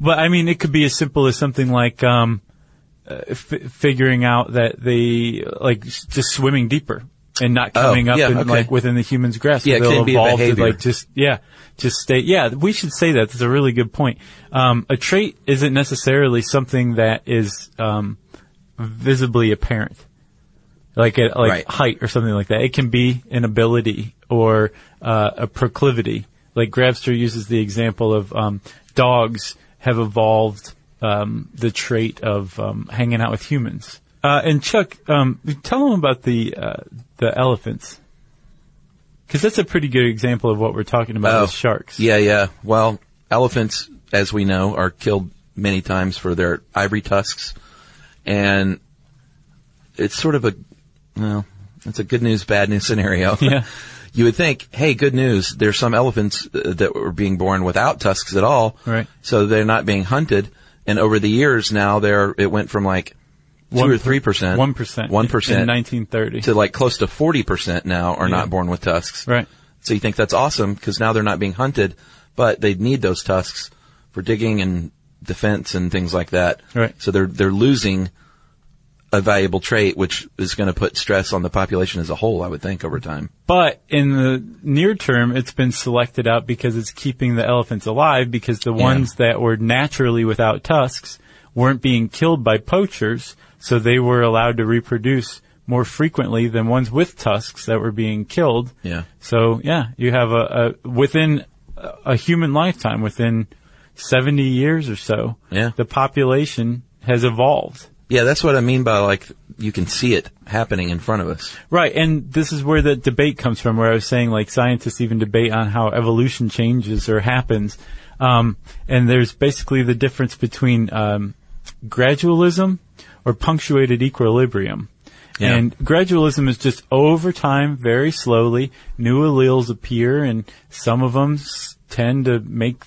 S2: But I mean, it could be as simple as something like um, uh, f- figuring out that they like s- just swimming deeper and not
S3: Oh,
S2: coming up
S3: yeah,
S2: and
S3: okay.
S2: like within the human's grasp.
S3: Yeah, it
S2: they'll
S3: can be a
S2: evolve to
S3: behavior.
S2: like just yeah, just stay. Yeah, we should say that. That's a really good point. Um, a trait isn't necessarily something that is um, visibly apparent. Like a, like
S3: Right.
S2: height or something like that. It can be an ability or uh, a proclivity. Like Grabster uses the example of um, dogs have evolved um, the trait of um, hanging out with humans. Uh, and Chuck, um, tell them about the uh, the elephants, because that's a pretty good example of what we're talking about
S3: Oh.
S2: with sharks.
S3: Yeah, yeah. Well, elephants, as we know, are killed many times for their ivory tusks, and it's sort of a well, it's a good news bad news scenario.
S2: Yeah.
S3: you would think, hey, good news. There's some elephants uh, that were being born without tusks at all,
S2: Right.
S3: So they're not being hunted, and over the years now, they're it went from like two
S2: One
S3: or
S2: per-
S3: three percent,
S2: one percent,
S3: one
S2: in
S3: percent,
S2: 1930.
S3: to like close to 40% now are
S2: Yeah.
S3: not born with tusks.
S2: Right.
S3: So you think that's awesome because now they're not being hunted, but they need those tusks for digging and defense and things like that.
S2: Right.
S3: So they're, they're losing a valuable trait, which is going to put stress on the population as a whole, I would think, over time.
S2: But in the near term, it's been selected out because it's keeping the elephants alive because the ones that were naturally without tusks weren't being killed by poachers, so they were allowed to reproduce more frequently than ones with tusks that were being killed.
S3: Yeah.
S2: So yeah, you have a, a within a a human lifetime, within 70 years or so,
S3: Yeah.
S2: the population has evolved.
S3: Yeah, that's what I mean by like, you can see it happening in front of us.
S2: Right, and this is where the debate comes from, where I was saying like scientists even debate on how evolution changes or happens. Um, and there's basically the difference between um, gradualism or punctuated equilibrium.
S3: Yeah.
S2: And gradualism is just over time, very slowly, new alleles appear, and some of them tend to make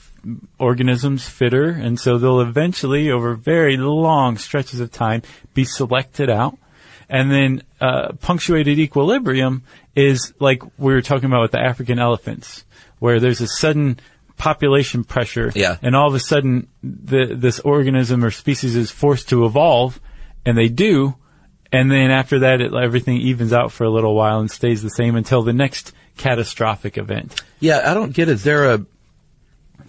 S2: organisms fitter, and so they'll eventually, over very long stretches of time, be selected out. And then uh, punctuated equilibrium is like we were talking about with the African elephants, where there's a sudden population pressure,
S3: Yeah.
S2: and all of a sudden the, this organism or species is forced to evolve, and they do, And then after that, it, everything evens out for a little while and stays the same until the next catastrophic event.
S3: Yeah, I don't get it. Is there a?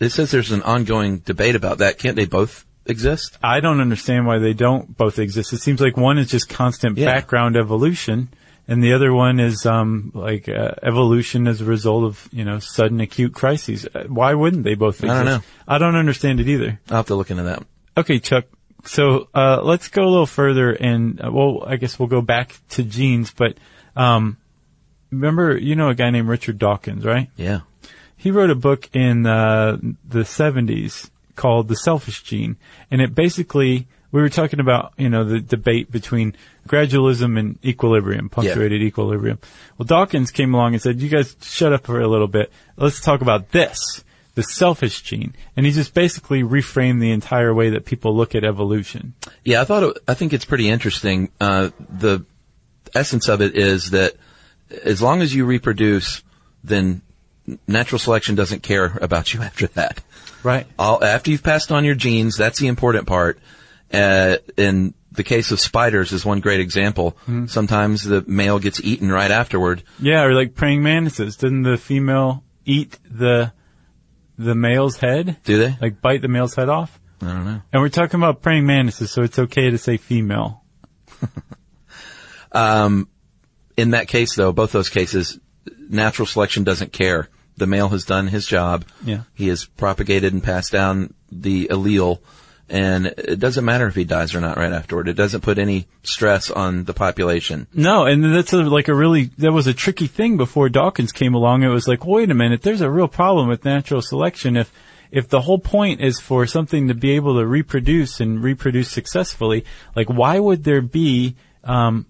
S3: It says there's an ongoing debate about that. Can't they both exist?
S2: I don't understand why they don't both exist. It seems like one is just constant
S3: Yeah.
S2: background evolution, and the other one is um, like uh, evolution as a result of you know sudden acute crises. Uh, Why wouldn't they both exist?
S3: don't know.
S2: I don't understand it either.
S3: I'll have to look into that.
S2: Okay, Chuck. So uh, let's go a little further, and uh, well, I guess we'll go back to genes. But um, remember, you know a guy named Richard Dawkins, right?
S3: Yeah.
S2: he wrote a book in uh, the 70s called The Selfish Gene. And it basically, we were talking about, you know, the debate between gradualism and equilibrium, punctuated equilibrium. Well, Dawkins came along and said, you guys shut up for a little bit. Let's talk about this, the selfish gene. And he just basically reframed the entire way that people look at evolution.
S3: Yeah, I thought it, I think it's pretty interesting. Uh, the essence of it is that as long as you reproduce, then natural selection doesn't care about you after that.
S2: Right.
S3: All, after you've passed on your genes, that's the important part. Uh, in the case of spiders is one great example. Sometimes the male gets eaten right afterward.
S2: Yeah, or like praying mantises. Didn't the female eat the, the male's head?
S3: Do they?
S2: Like bite the male's head off?
S3: I don't know.
S2: And we're talking about praying mantises, so it's okay to say female.
S3: in that case, though, both those cases, natural selection doesn't care. The male has done his job.
S2: Yeah.
S3: He has propagated and passed down the allele, and it doesn't matter if he dies or not right afterward. It doesn't put any stress on the population.
S2: No, and that's a, like a really, that was a tricky thing before Dawkins came along. It was like, wait a minute, there's a real problem with natural selection if, if the whole point is for something to be able to reproduce and reproduce successfully, like why would there be, um,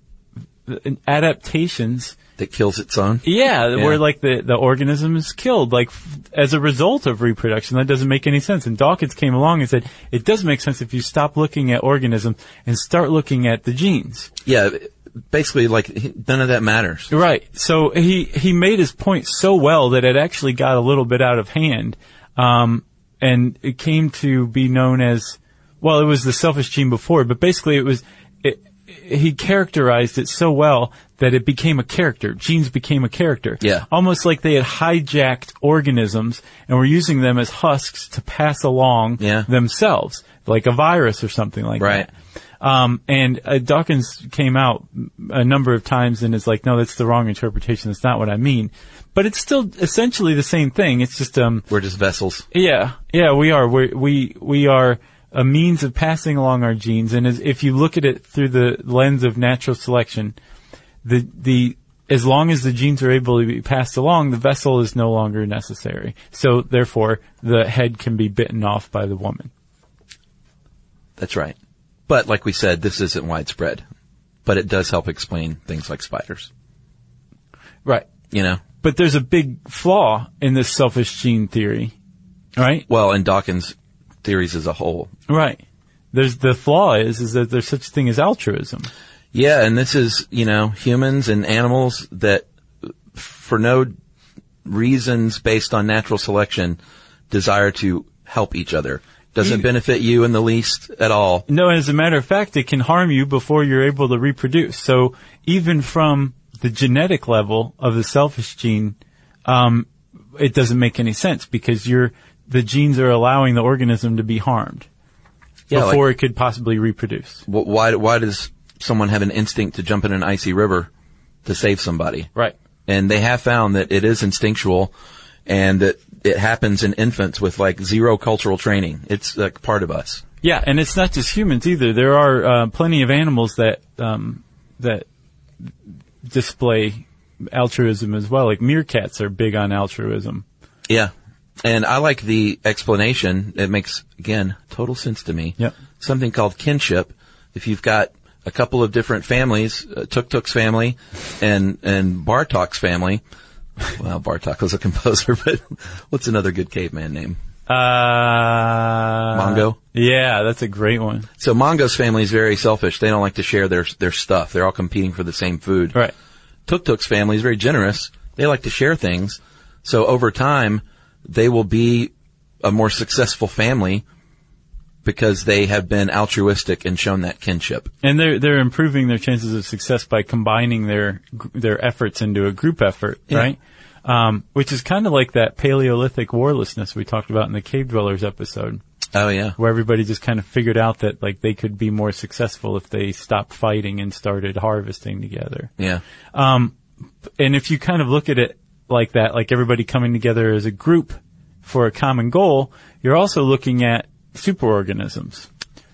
S2: adaptations
S3: That kills its own.
S2: Yeah,
S3: Yeah.
S2: where like the, the organism is killed, like f- as a result of reproduction. That doesn't make any sense. And Dawkins came along and said, it does make sense if you stop looking at organisms and start looking at the genes.
S3: Yeah. Basically, like he- none of that matters.
S2: Right. So he, he made his point so well that it actually got a little bit out of hand. Um, and it came to be known as, well, it was the selfish gene before, but basically it was, it, he characterized it so well that it became a character. Genes became a character.
S3: Yeah.
S2: Almost like they had hijacked organisms and were using them as husks to pass along
S3: Yeah.
S2: themselves, like a virus or something like
S3: Right.
S2: that. Um, and uh, Dawkins came out a number of times and is like, no, that's the wrong interpretation. That's not what I mean. But it's still essentially the same thing. It's just, um,
S3: We're just vessels.
S2: yeah, yeah, we are. We're, we we are a means of passing along our genes, and as, if you look at it through the lens of natural selection, the the as long as the genes are able to be passed along, the vessel is no longer necessary. So therefore, the head can be bitten off by the woman.
S3: That's right. But like we said, this isn't widespread, but it does help explain things like spiders.
S2: Right.
S3: You know,
S2: But there's a big flaw in this selfish gene theory, right?
S3: well, and Dawkins' theories as a whole,
S2: Right. There's the flaw is is that there's such thing as altruism.
S3: Yeah, and this is, you know, humans and animals that for no reasons based on natural selection desire to help each other. Doesn't
S2: You-
S3: benefit you in the least at all.
S2: No, as a matter of fact, it can harm you before you're able to reproduce. So even from the genetic level of the selfish gene, um, it doesn't make any sense because you're the genes are allowing the organism to be harmed
S3: Yeah,
S2: before it could possibly reproduce.
S3: Wh- Why, why does someone have an instinct to jump in an icy river to save somebody?
S2: Right.
S3: And they have found that it is instinctual and that it happens in infants with like zero cultural training. It's like part of us.
S2: Yeah, and it's not just humans either. There are uh, plenty of animals that um, that display altruism as well. Like meerkats are big on altruism.
S3: Yeah. And I like the explanation. It makes, again, total sense to me.
S2: Yep.
S3: Something called kinship. If you've got a couple of different families, uh, Tuk Tuk's family and, and Bartok's family. Well, Bartok was a composer, but what's another good caveman name?
S2: Uh,
S3: Mongo?
S2: Yeah, that's a great one.
S3: So Mongo's family is very selfish. They don't like to share their, their stuff. They're all competing for the same food.
S2: Right.
S3: Tuk Tuk's family is very generous. They like to share things. So over time, they will be a more successful family because they have been altruistic and shown that kinship.
S2: And they're they're improving their chances of success by combining their gr- their efforts into a group effort,
S3: Yeah.
S2: right? Um, which is kind of like that Paleolithic warlessness we talked about in the Cave Dwellers episode,
S3: Oh yeah.
S2: where everybody just kind of figured out that like they could be more successful if they stopped fighting and started harvesting together.
S3: Yeah.
S2: And if you kind of look at it like that, like everybody coming together as a group for a common goal, you're also looking at superorganisms.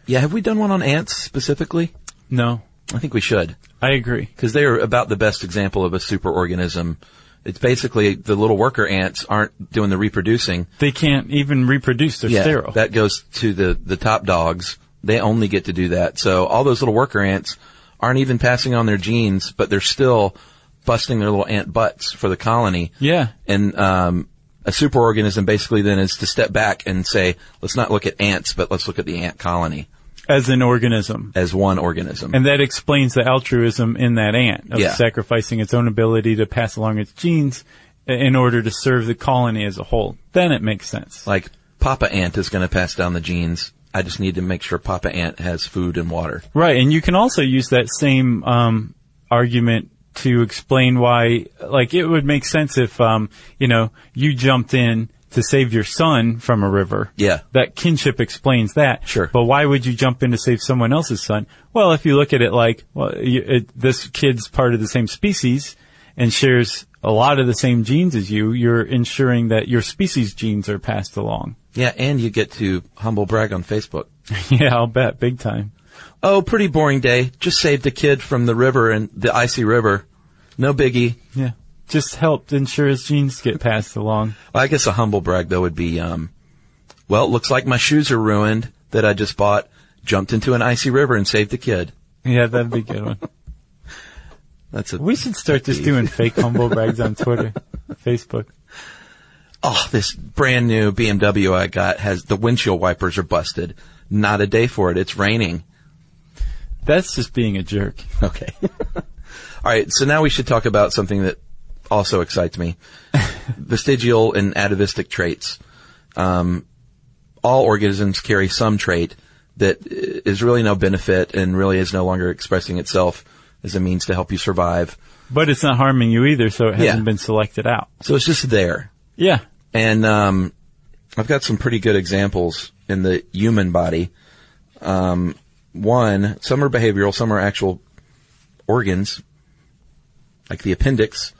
S3: Yeah. Have we done one on ants specifically?
S2: No,
S3: I think we should.
S2: I agree.
S3: because they are about the best example of a superorganism. It's basically the little worker ants aren't doing the reproducing.
S2: They can't even reproduce. They're sterile.
S3: that goes to the the top dogs. They only get to do that. So all those little worker ants aren't even passing on their genes, but they're still busting their little ant butts for the colony.
S2: Yeah.
S3: And um, a superorganism basically then is to step back and say, let's not look at ants, but let's look at the ant colony
S2: as an organism.
S3: as one organism.
S2: And that explains the altruism in that ant of
S3: Yeah.
S2: sacrificing its own ability to pass along its genes i- in order to serve the colony as a whole. Then it makes sense.
S3: like Papa Ant is going to pass down the genes. I just need to make sure Papa Ant has food and water.
S2: Right. And you can also use that same, um, argument to explain why, like, it would make sense if, um, you know, you jumped in to save your son from a river.
S3: Yeah.
S2: That kinship explains that.
S3: Sure.
S2: But why would you jump in to save someone else's son? Well, if you look at it like, well, you, it, this kid's part of the same species and shares a lot of the same genes as you, you're ensuring that your species genes are passed along.
S3: Yeah, and you get to humble brag on Facebook.
S2: yeah, I'll bet big time.
S3: Oh, pretty boring day. Just saved a kid from the river and the icy river. No biggie.
S2: Yeah. Just helped ensure his genes get passed along.
S3: I guess a humble brag though would be, um, well, it looks like my shoes are ruined that I just bought. Jumped into an icy river and saved a kid.
S2: Yeah, that'd be a good one.
S3: That's a
S2: We should start just doing fake humble brags on Twitter, Facebook.
S3: oh, this brand new BMW I got has the windshield wipers are busted. Not a day for it. It's raining.
S2: That's just being a jerk.
S3: Okay. All right. So now we should talk about something that also excites me: vestigial and atavistic traits. Um, all organisms carry some trait that i- is really no benefit and really is no longer expressing itself as a means to help you survive.
S2: But it's not harming you either, so it hasn't
S3: Yeah.
S2: been selected out.
S3: So it's just there.
S2: Yeah.
S3: And um, I've got some pretty good examples in the human body. Um, one, some are behavioral, some are actual organs, like the appendix.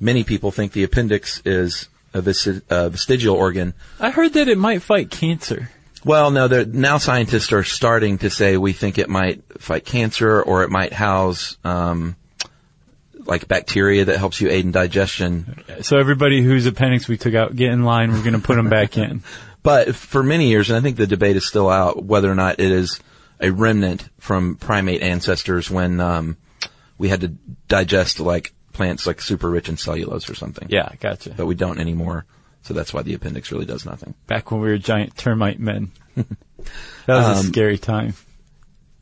S3: Many people think the appendix is a vesti- uh, vestigial organ.
S2: I heard that it might fight cancer.
S3: Well, no, they're- now scientists are starting to say we think it might fight cancer or it might house um, like bacteria that helps you aid in digestion.
S2: So everybody whose appendix we took out, get in line. We're going to put them back in.
S3: But for many years, and I think the debate is still out whether or not it is a remnant from primate ancestors when um, we had to digest like plants like super rich in cellulose or something.
S2: Yeah, gotcha.
S3: But we don't anymore. So that's why the appendix really does nothing.
S2: Back when we were giant termite men. That was a
S3: Um,
S2: scary time.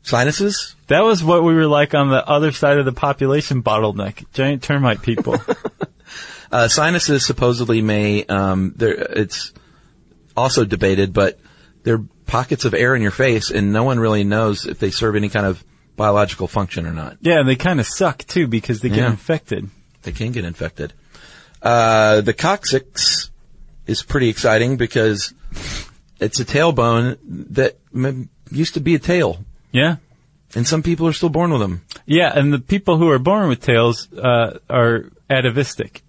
S3: Sinuses?
S2: That was what we were like on the other side of the population bottleneck. Giant termite people.
S3: Uh, sinuses supposedly may, um, there, it's also debated, but they're pockets of air in your face and no one really knows if they serve any kind of biological function or not.
S2: yeah, and they kind of suck too because they get
S3: Yeah.
S2: infected.
S3: they can get infected. Uh, the coccyx is pretty exciting because it's a tailbone that m- used to be a tail,
S2: Yeah.
S3: and some people are still born with them.
S2: Yeah, and the people who are born with tails uh, are atavistic.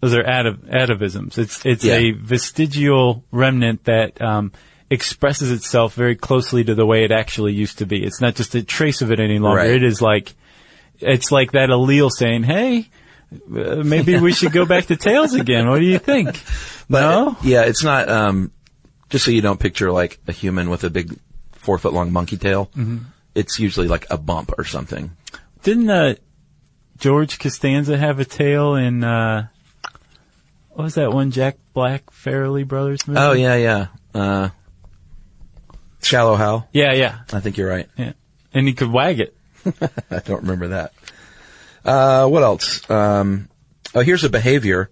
S2: Those are atav- atavisms. It's it's
S3: Yeah.
S2: a vestigial remnant that um, expresses itself very closely to the way it actually used to be. It's not just a trace of it any longer.
S3: Right.
S2: It is like it's like that allele saying, "Hey, uh, maybe we should go back to tails again. What do you think?" no,
S3: Yeah, it's not. Um, just so you don't picture like a human with a big four foot long monkey tail. It's usually like a bump or something.
S2: didn't uh, George Costanza have a tail in uh, what was that one Jack Black Farrelly Brothers movie?
S3: Oh yeah, yeah. Uh, shallow how?
S2: Yeah, yeah,
S3: I think you're right.
S2: yeah. And he could wag it.
S3: I don't remember that. Uh, what else? Um, oh, here's a behavior,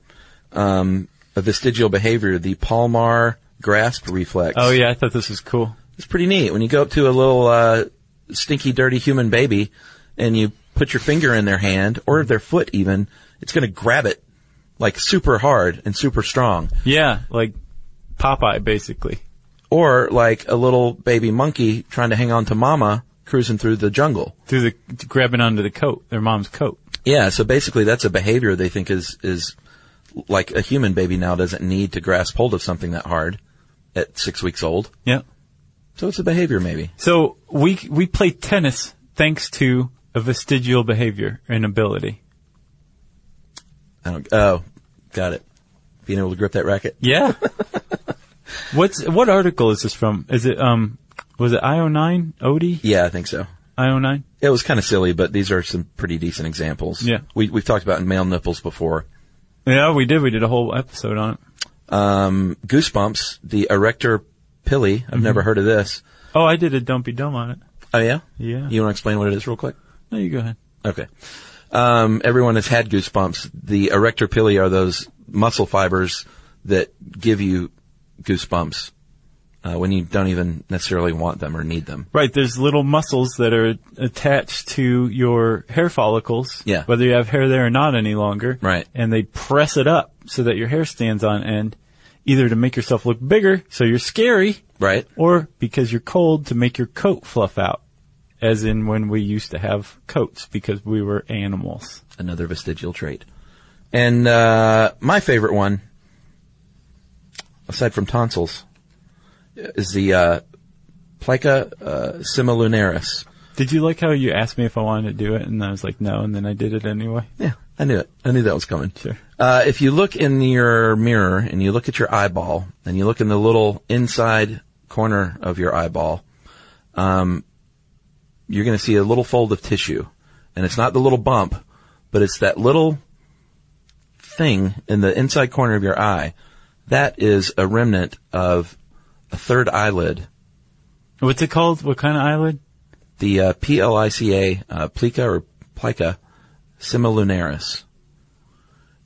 S3: um, a vestigial behavior, the palmar grasp reflex.
S2: Oh yeah, I thought this was cool.
S3: It's pretty neat when you go up to a little uh, stinky, dirty human baby and you put your finger in their hand or their foot, even it's going to grab it like super hard and super strong.
S2: Yeah, like Popeye, basically.
S3: Or like a little baby monkey trying to hang on to mama cruising through the jungle.
S2: Through the grabbing onto the coat, their mom's coat.
S3: Yeah, so basically that's a behavior they think is is like a human baby now doesn't need to grasp hold of something that hard at 6 weeks old.
S2: Yeah.
S3: So it's a behavior maybe.
S2: So we we play tennis thanks to a vestigial behavior and ability.
S3: I don't oh, got it. Being able to grip that racket.
S2: Yeah. What's what article is this from? Is it um was it IO9? OD?
S3: Yeah, I think so.
S2: IO9?
S3: It was kind of silly, but these are some pretty decent examples.
S2: Yeah.
S3: We we've talked about male nipples before.
S2: Yeah, we did. We did a whole episode on it.
S3: Um, goosebumps, the erector pili. I've never heard of this.
S2: Oh, I did a dumpy dumb on it.
S3: Oh yeah?
S2: Yeah.
S3: You want to explain what it is real quick?
S2: No, you go ahead.
S3: Okay. Um, everyone has had goosebumps. The erector pili are those muscle fibers that give you goosebumps uh, when you don't even necessarily want them or need them.
S2: Right, there's little muscles that are attached to your hair follicles.
S3: Yeah.
S2: Whether you have hair there or not any longer.
S3: Right.
S2: And they press it up so that your hair stands on end, either to make yourself look bigger so you're scary,
S3: Right?
S2: or because you're cold to make your coat fluff out. As in when we used to have coats because we were animals.
S3: Another vestigial trait. And uh, my favorite one, aside from tonsils, is the uh, plica uh, semilunaris.
S2: Did you like how you asked me if I wanted to do it and I was like no and then I did it anyway?
S3: Yeah, I knew it. I knew that was coming.
S2: Sure.
S3: Uh, if you look in your mirror and you look at your eyeball and you look in the little inside corner of your eyeball, um, you're going to see a little fold of tissue, and it's not the little bump, but it's that little thing in the inside corner of your eye. That is a remnant of a third eyelid,
S2: What's it called? What kind of eyelid?
S3: the uh, PLICA, uh, plica or plica semilunaris.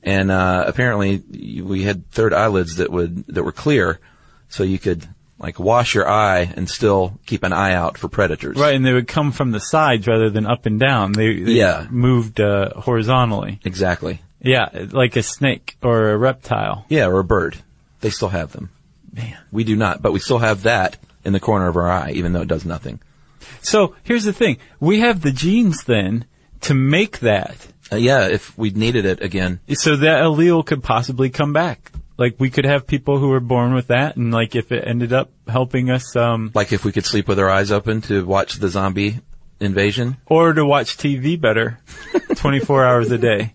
S3: And uh, apparently you- we had third eyelids that would that were clear, so you could like wash your eye and still keep an eye out for predators.
S2: Right, and they would come from the sides rather than up and down. They, they
S3: Yeah.
S2: moved uh, horizontally.
S3: Exactly.
S2: Yeah, like a snake or a reptile.
S3: Yeah, or a bird. They still have them. Man, we do not, but we still have that in the corner of our eye, even though it does nothing.
S2: So here's the thing: we have the genes then to make that,
S3: Uh, yeah, if we needed it again,
S2: so that allele could possibly come back. Like we could have people who were born with that, and like if it ended up helping us, um,
S3: like if we could sleep with our eyes open to watch the zombie invasion,
S2: or to watch TV better, 24 hours a day.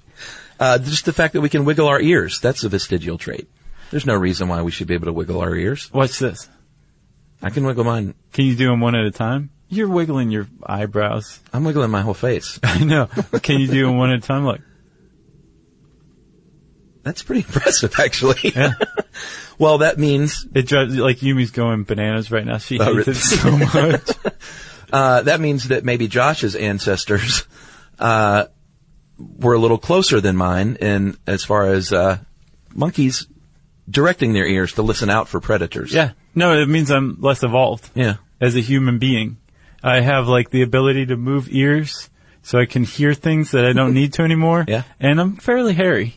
S3: Uh, just the fact that we can wiggle our ears. That's a vestigial trait. There's no reason why we should be able to wiggle our ears.
S2: Watch this.
S3: I can wiggle mine.
S2: Can you do them one at a time? You're wiggling your eyebrows.
S3: I'm wiggling my whole face.
S2: I know. Can you do them one at a time? Like.
S3: That's pretty impressive, actually.
S2: Yeah.
S3: well, that means
S2: It drives like Yumi's going bananas right now. She hates
S3: really?
S2: it so much.
S3: uh, that means that maybe Josh's ancestors uh, were a little closer than mine, in as far as uh, monkeys directing their ears to listen out for predators.
S2: yeah. No, it means I'm less evolved
S3: Yeah.
S2: as a human being. I have like the ability to move ears so I can hear things that I don't need to anymore.
S3: Yeah.
S2: And I'm fairly hairy.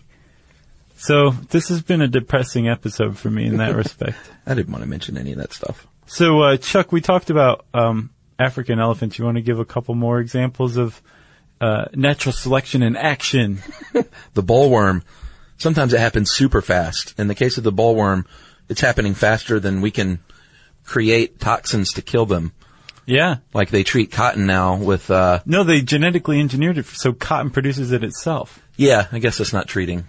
S2: So this has been a depressing episode for me in that respect.
S3: I didn't want to mention any of that stuff.
S2: So, uh, Chuck, we talked about um, African elephants. You want to give a couple more examples of uh, natural selection in action?
S3: the bollworm, sometimes it happens super fast. In the case of the bollworm, it's happening faster than we can create toxins to kill them.
S2: Yeah.
S3: Like they treat cotton now with, uh,
S2: No, they genetically engineered it so cotton produces it itself.
S3: yeah, I guess that's not treating.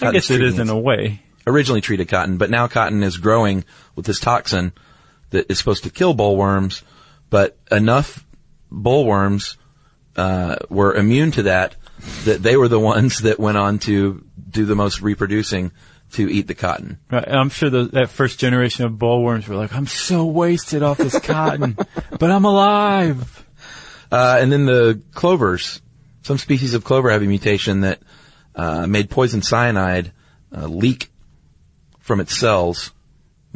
S2: I guess it is in a way.
S3: originally treated cotton, but now cotton is growing with this toxin that is supposed to kill bollworms, but enough bollworms uh, were immune to that that they were the ones that went on to do the most reproducing to eat the cotton.
S2: Right. and I'm sure those that first generation of bollworms were like, I'm so wasted off this cotton, but I'm alive.
S3: Uh, and then the clovers. Some species of clover have a mutation that uh, made poison cyanide uh, leak from its cells,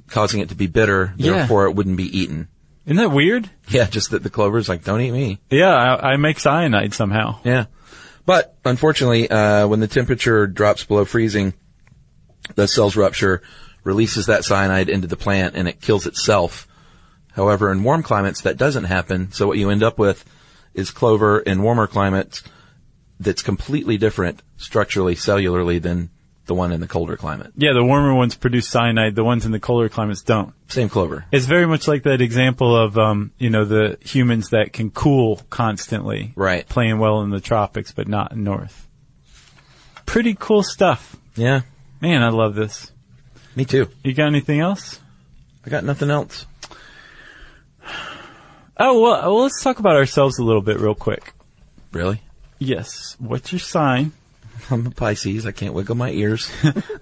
S3: causing it to be bitter.
S2: Yeah.
S3: Therefore, it wouldn't be eaten.
S2: Isn't that weird?
S3: Yeah, just that the clover's like, don't eat me.
S2: Yeah, I, I make cyanide somehow.
S3: Yeah. But unfortunately, uh, when the temperature drops below freezing, the cells rupture, releases that cyanide into the plant, and it kills itself. However, in warm climates, that doesn't happen. So what you end up with is clover in warmer climates that's completely different structurally, cellularly than the one in the colder climate.
S2: Yeah, the warmer ones produce cyanide. The ones in the colder climates don't.
S3: Same clover.
S2: It's very much like that example of, um, you know, the humans that can cool constantly.
S3: Right.
S2: Playing well in the tropics, but not in north. Pretty cool stuff.
S3: Yeah.
S2: Man, I love this.
S3: Me too.
S2: You got anything else?
S3: I got nothing else.
S2: Oh, well, well let's talk about ourselves a little bit real quick.
S3: Really?
S2: Yes. What's your sign?
S3: I'm a Pisces. I can't wiggle my ears.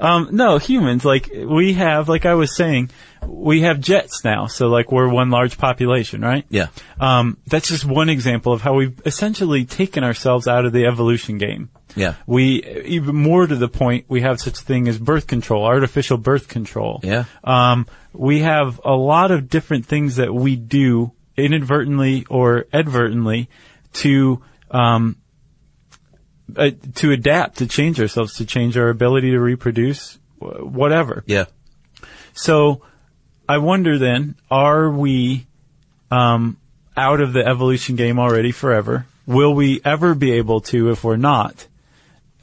S2: Um, no, humans, like, we have, like I was saying, we have jets now. So, like, we're one large population, right?
S3: yeah.
S2: Um, that's just one example of how we've essentially taken ourselves out of the evolution game.
S3: Yeah.
S2: We, even more to the point, we have such a thing as birth control, artificial birth control.
S3: Yeah.
S2: Um, we have a lot of different things that we do inadvertently or advertently to, um, uh, to adapt, to change ourselves, to change our ability to reproduce, wh- whatever.
S3: Yeah.
S2: So I wonder then, are we um, out of the evolution game already forever? Will we ever be able to if we're not?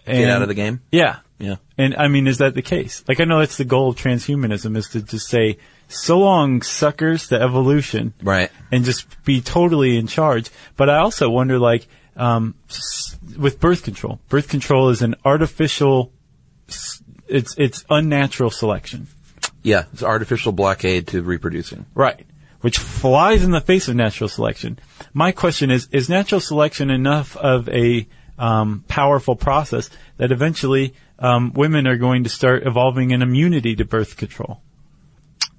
S2: And,
S3: Get out of the game.
S2: Yeah.
S3: Yeah.
S2: And I mean, is that the case? Like, I know that's the goal of transhumanism is to just say, so long, suckers, to evolution
S3: Right.
S2: and just be totally in charge. But I also wonder, like, um, s- with birth control, birth control is an artificial, s- it's, it's unnatural selection.
S3: Yeah. It's artificial blockade to reproducing.
S2: Right. Which flies in the face of natural selection. My question is, is natural selection enough of a um, powerful process that eventually um, women are going to start evolving an immunity to birth control?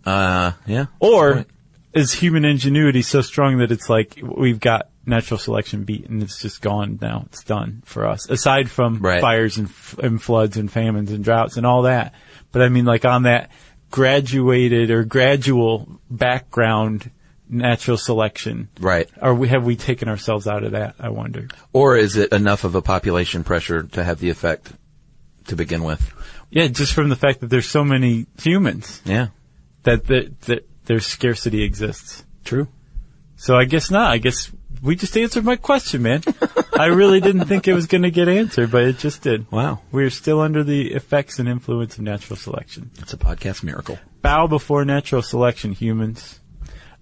S3: Uh, yeah.
S2: Or is human ingenuity so strong that it's like we've got natural selection beaten? It's just gone now. It's done for us. Aside from
S3: Right.
S2: fires and, f- and floods and famines and droughts and all that. But I mean, like on that graduated or gradual background natural selection.
S3: Right.
S2: Are we, have we taken ourselves out of that? I wonder.
S3: Or is it enough of a population pressure to have the effect to begin with?
S2: Yeah, just from the fact that there's so many humans
S3: Yeah.
S2: that, that, that their scarcity exists.
S3: True.
S2: So I guess not. I guess we just answered my question, man. I really didn't think it was going to get answered, but it just did.
S3: Wow.
S2: We're still under the effects and influence of natural selection.
S3: It's a podcast miracle.
S2: Bow before natural selection, humans.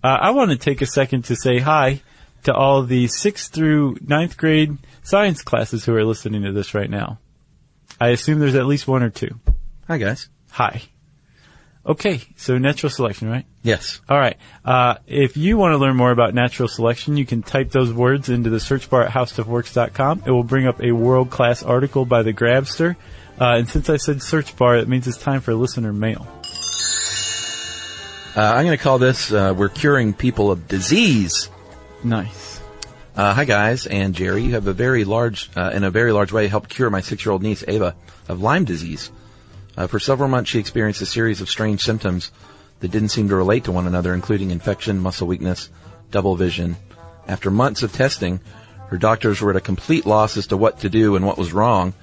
S2: Uh, I want to take a second to say hi to all the sixth through ninth grade science classes who are listening to this right now. I assume there's at least one or two.
S3: Hi guys.
S2: Hi. Okay, so natural selection, right?
S3: Yes.
S2: All right. Uh, if you want to learn more about natural selection, you can type those words into the search bar at howstuffworks.com. It will bring up a world class article by the Grabster. Uh, and since I said search bar, it means it's time for listener mail.
S3: Uh, I'm going to call this, uh, we're curing people of disease.
S2: Nice.
S3: Uh, hi guys and Jerry. You have a very large, uh, in a very large way, helped cure my six-year-old niece Ava of Lyme disease. Uh, for several months, she experienced a series of strange symptoms that didn't seem to relate to one another, including infection, muscle weakness, double vision. After months of testing, her doctors were at a complete loss as to what to do and what was wrong,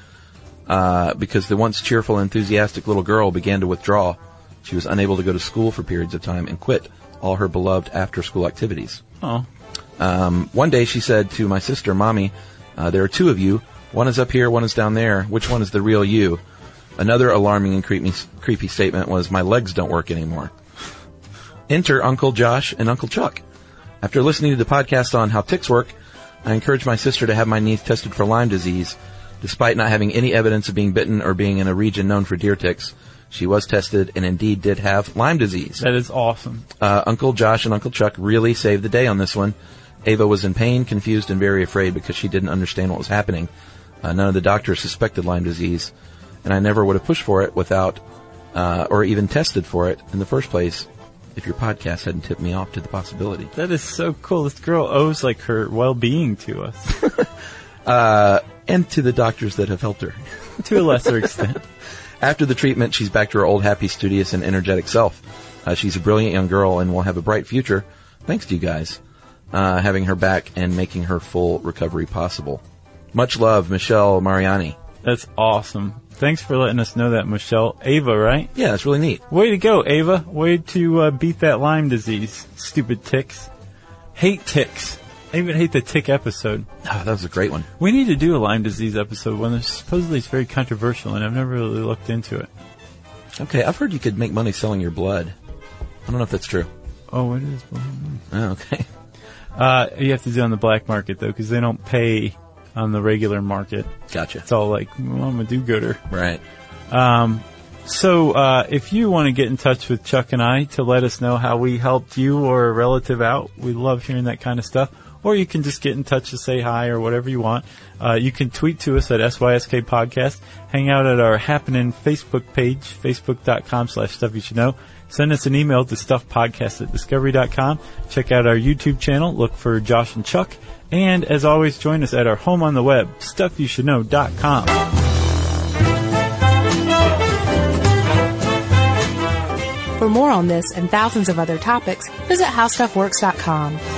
S3: uh, because the once cheerful, enthusiastic little girl began to withdraw. She was unable to go to school for periods of time and quit all her beloved after-school activities.
S2: Oh.
S3: Um, One day she said to my sister, Mommy, uh, there are two of you. One is up here, one is down there. Which one is the real you? Another alarming and creepy, creepy statement was, My legs don't work anymore. Enter Uncle Josh and Uncle Chuck. After listening to the podcast on how ticks work, I encouraged my sister to have my niece tested for Lyme disease. Despite not having any evidence of being bitten or being in a region known for deer ticks, she was tested and indeed did have Lyme disease.
S2: That is awesome.
S3: Uh, Uncle Josh and Uncle Chuck really saved the day on this one. Ava was in pain, confused, and very afraid because she didn't understand what was happening. Uh, none of the doctors suspected Lyme disease, and I never would have pushed for it without, uh, or even tested for it in the first place if your podcast hadn't tipped me off to the possibility.
S2: That is so cool. This girl owes like her well being to us
S3: And to the doctors that have helped her.
S2: to a lesser extent.
S3: After the treatment, she's back to her old, happy, studious, and energetic self. Uh, she's a brilliant young girl and will have a bright future, Thanks to you guys, uh, having her back and making her full recovery possible. Much love, Michelle Mariani.
S2: That's awesome. Thanks for letting us know that, Michelle. Ava, right?
S3: Yeah, that's really neat.
S2: Way to go, Ava. Way to uh, beat that Lyme disease. Stupid ticks. Hate ticks. I even hate the tick episode.
S3: Ah, that was a great one.
S2: We need to do a Lyme disease episode when there's supposedly it's very controversial and I've never really looked into it.
S3: Okay, I've heard you could make money selling your blood. I don't know if that's true.
S2: Oh, it is.
S3: Oh, okay.
S2: Uh, you have to do it on the black market though, because they don't pay on the regular market.
S3: Gotcha.
S2: It's all like, well, I'm a do-gooder.
S3: Right.
S2: So, uh, if you want to get in touch with Chuck and I to let us know how we helped you or a relative out, we love hearing that kind of stuff. Or you can just get in touch to say hi or whatever you want. Uh, you can tweet to us at SYSK Podcast. Hang out at our Happening Facebook page, facebook.com slash stuff you should know. Send us an email to stuffpodcast at discovery.com. Check out our YouTube channel. Look for Josh and Chuck. And as always, join us at our home on the web, stuffyoushouldknow.com.
S1: For more on this and thousands of other topics, visit howstuffworks.com.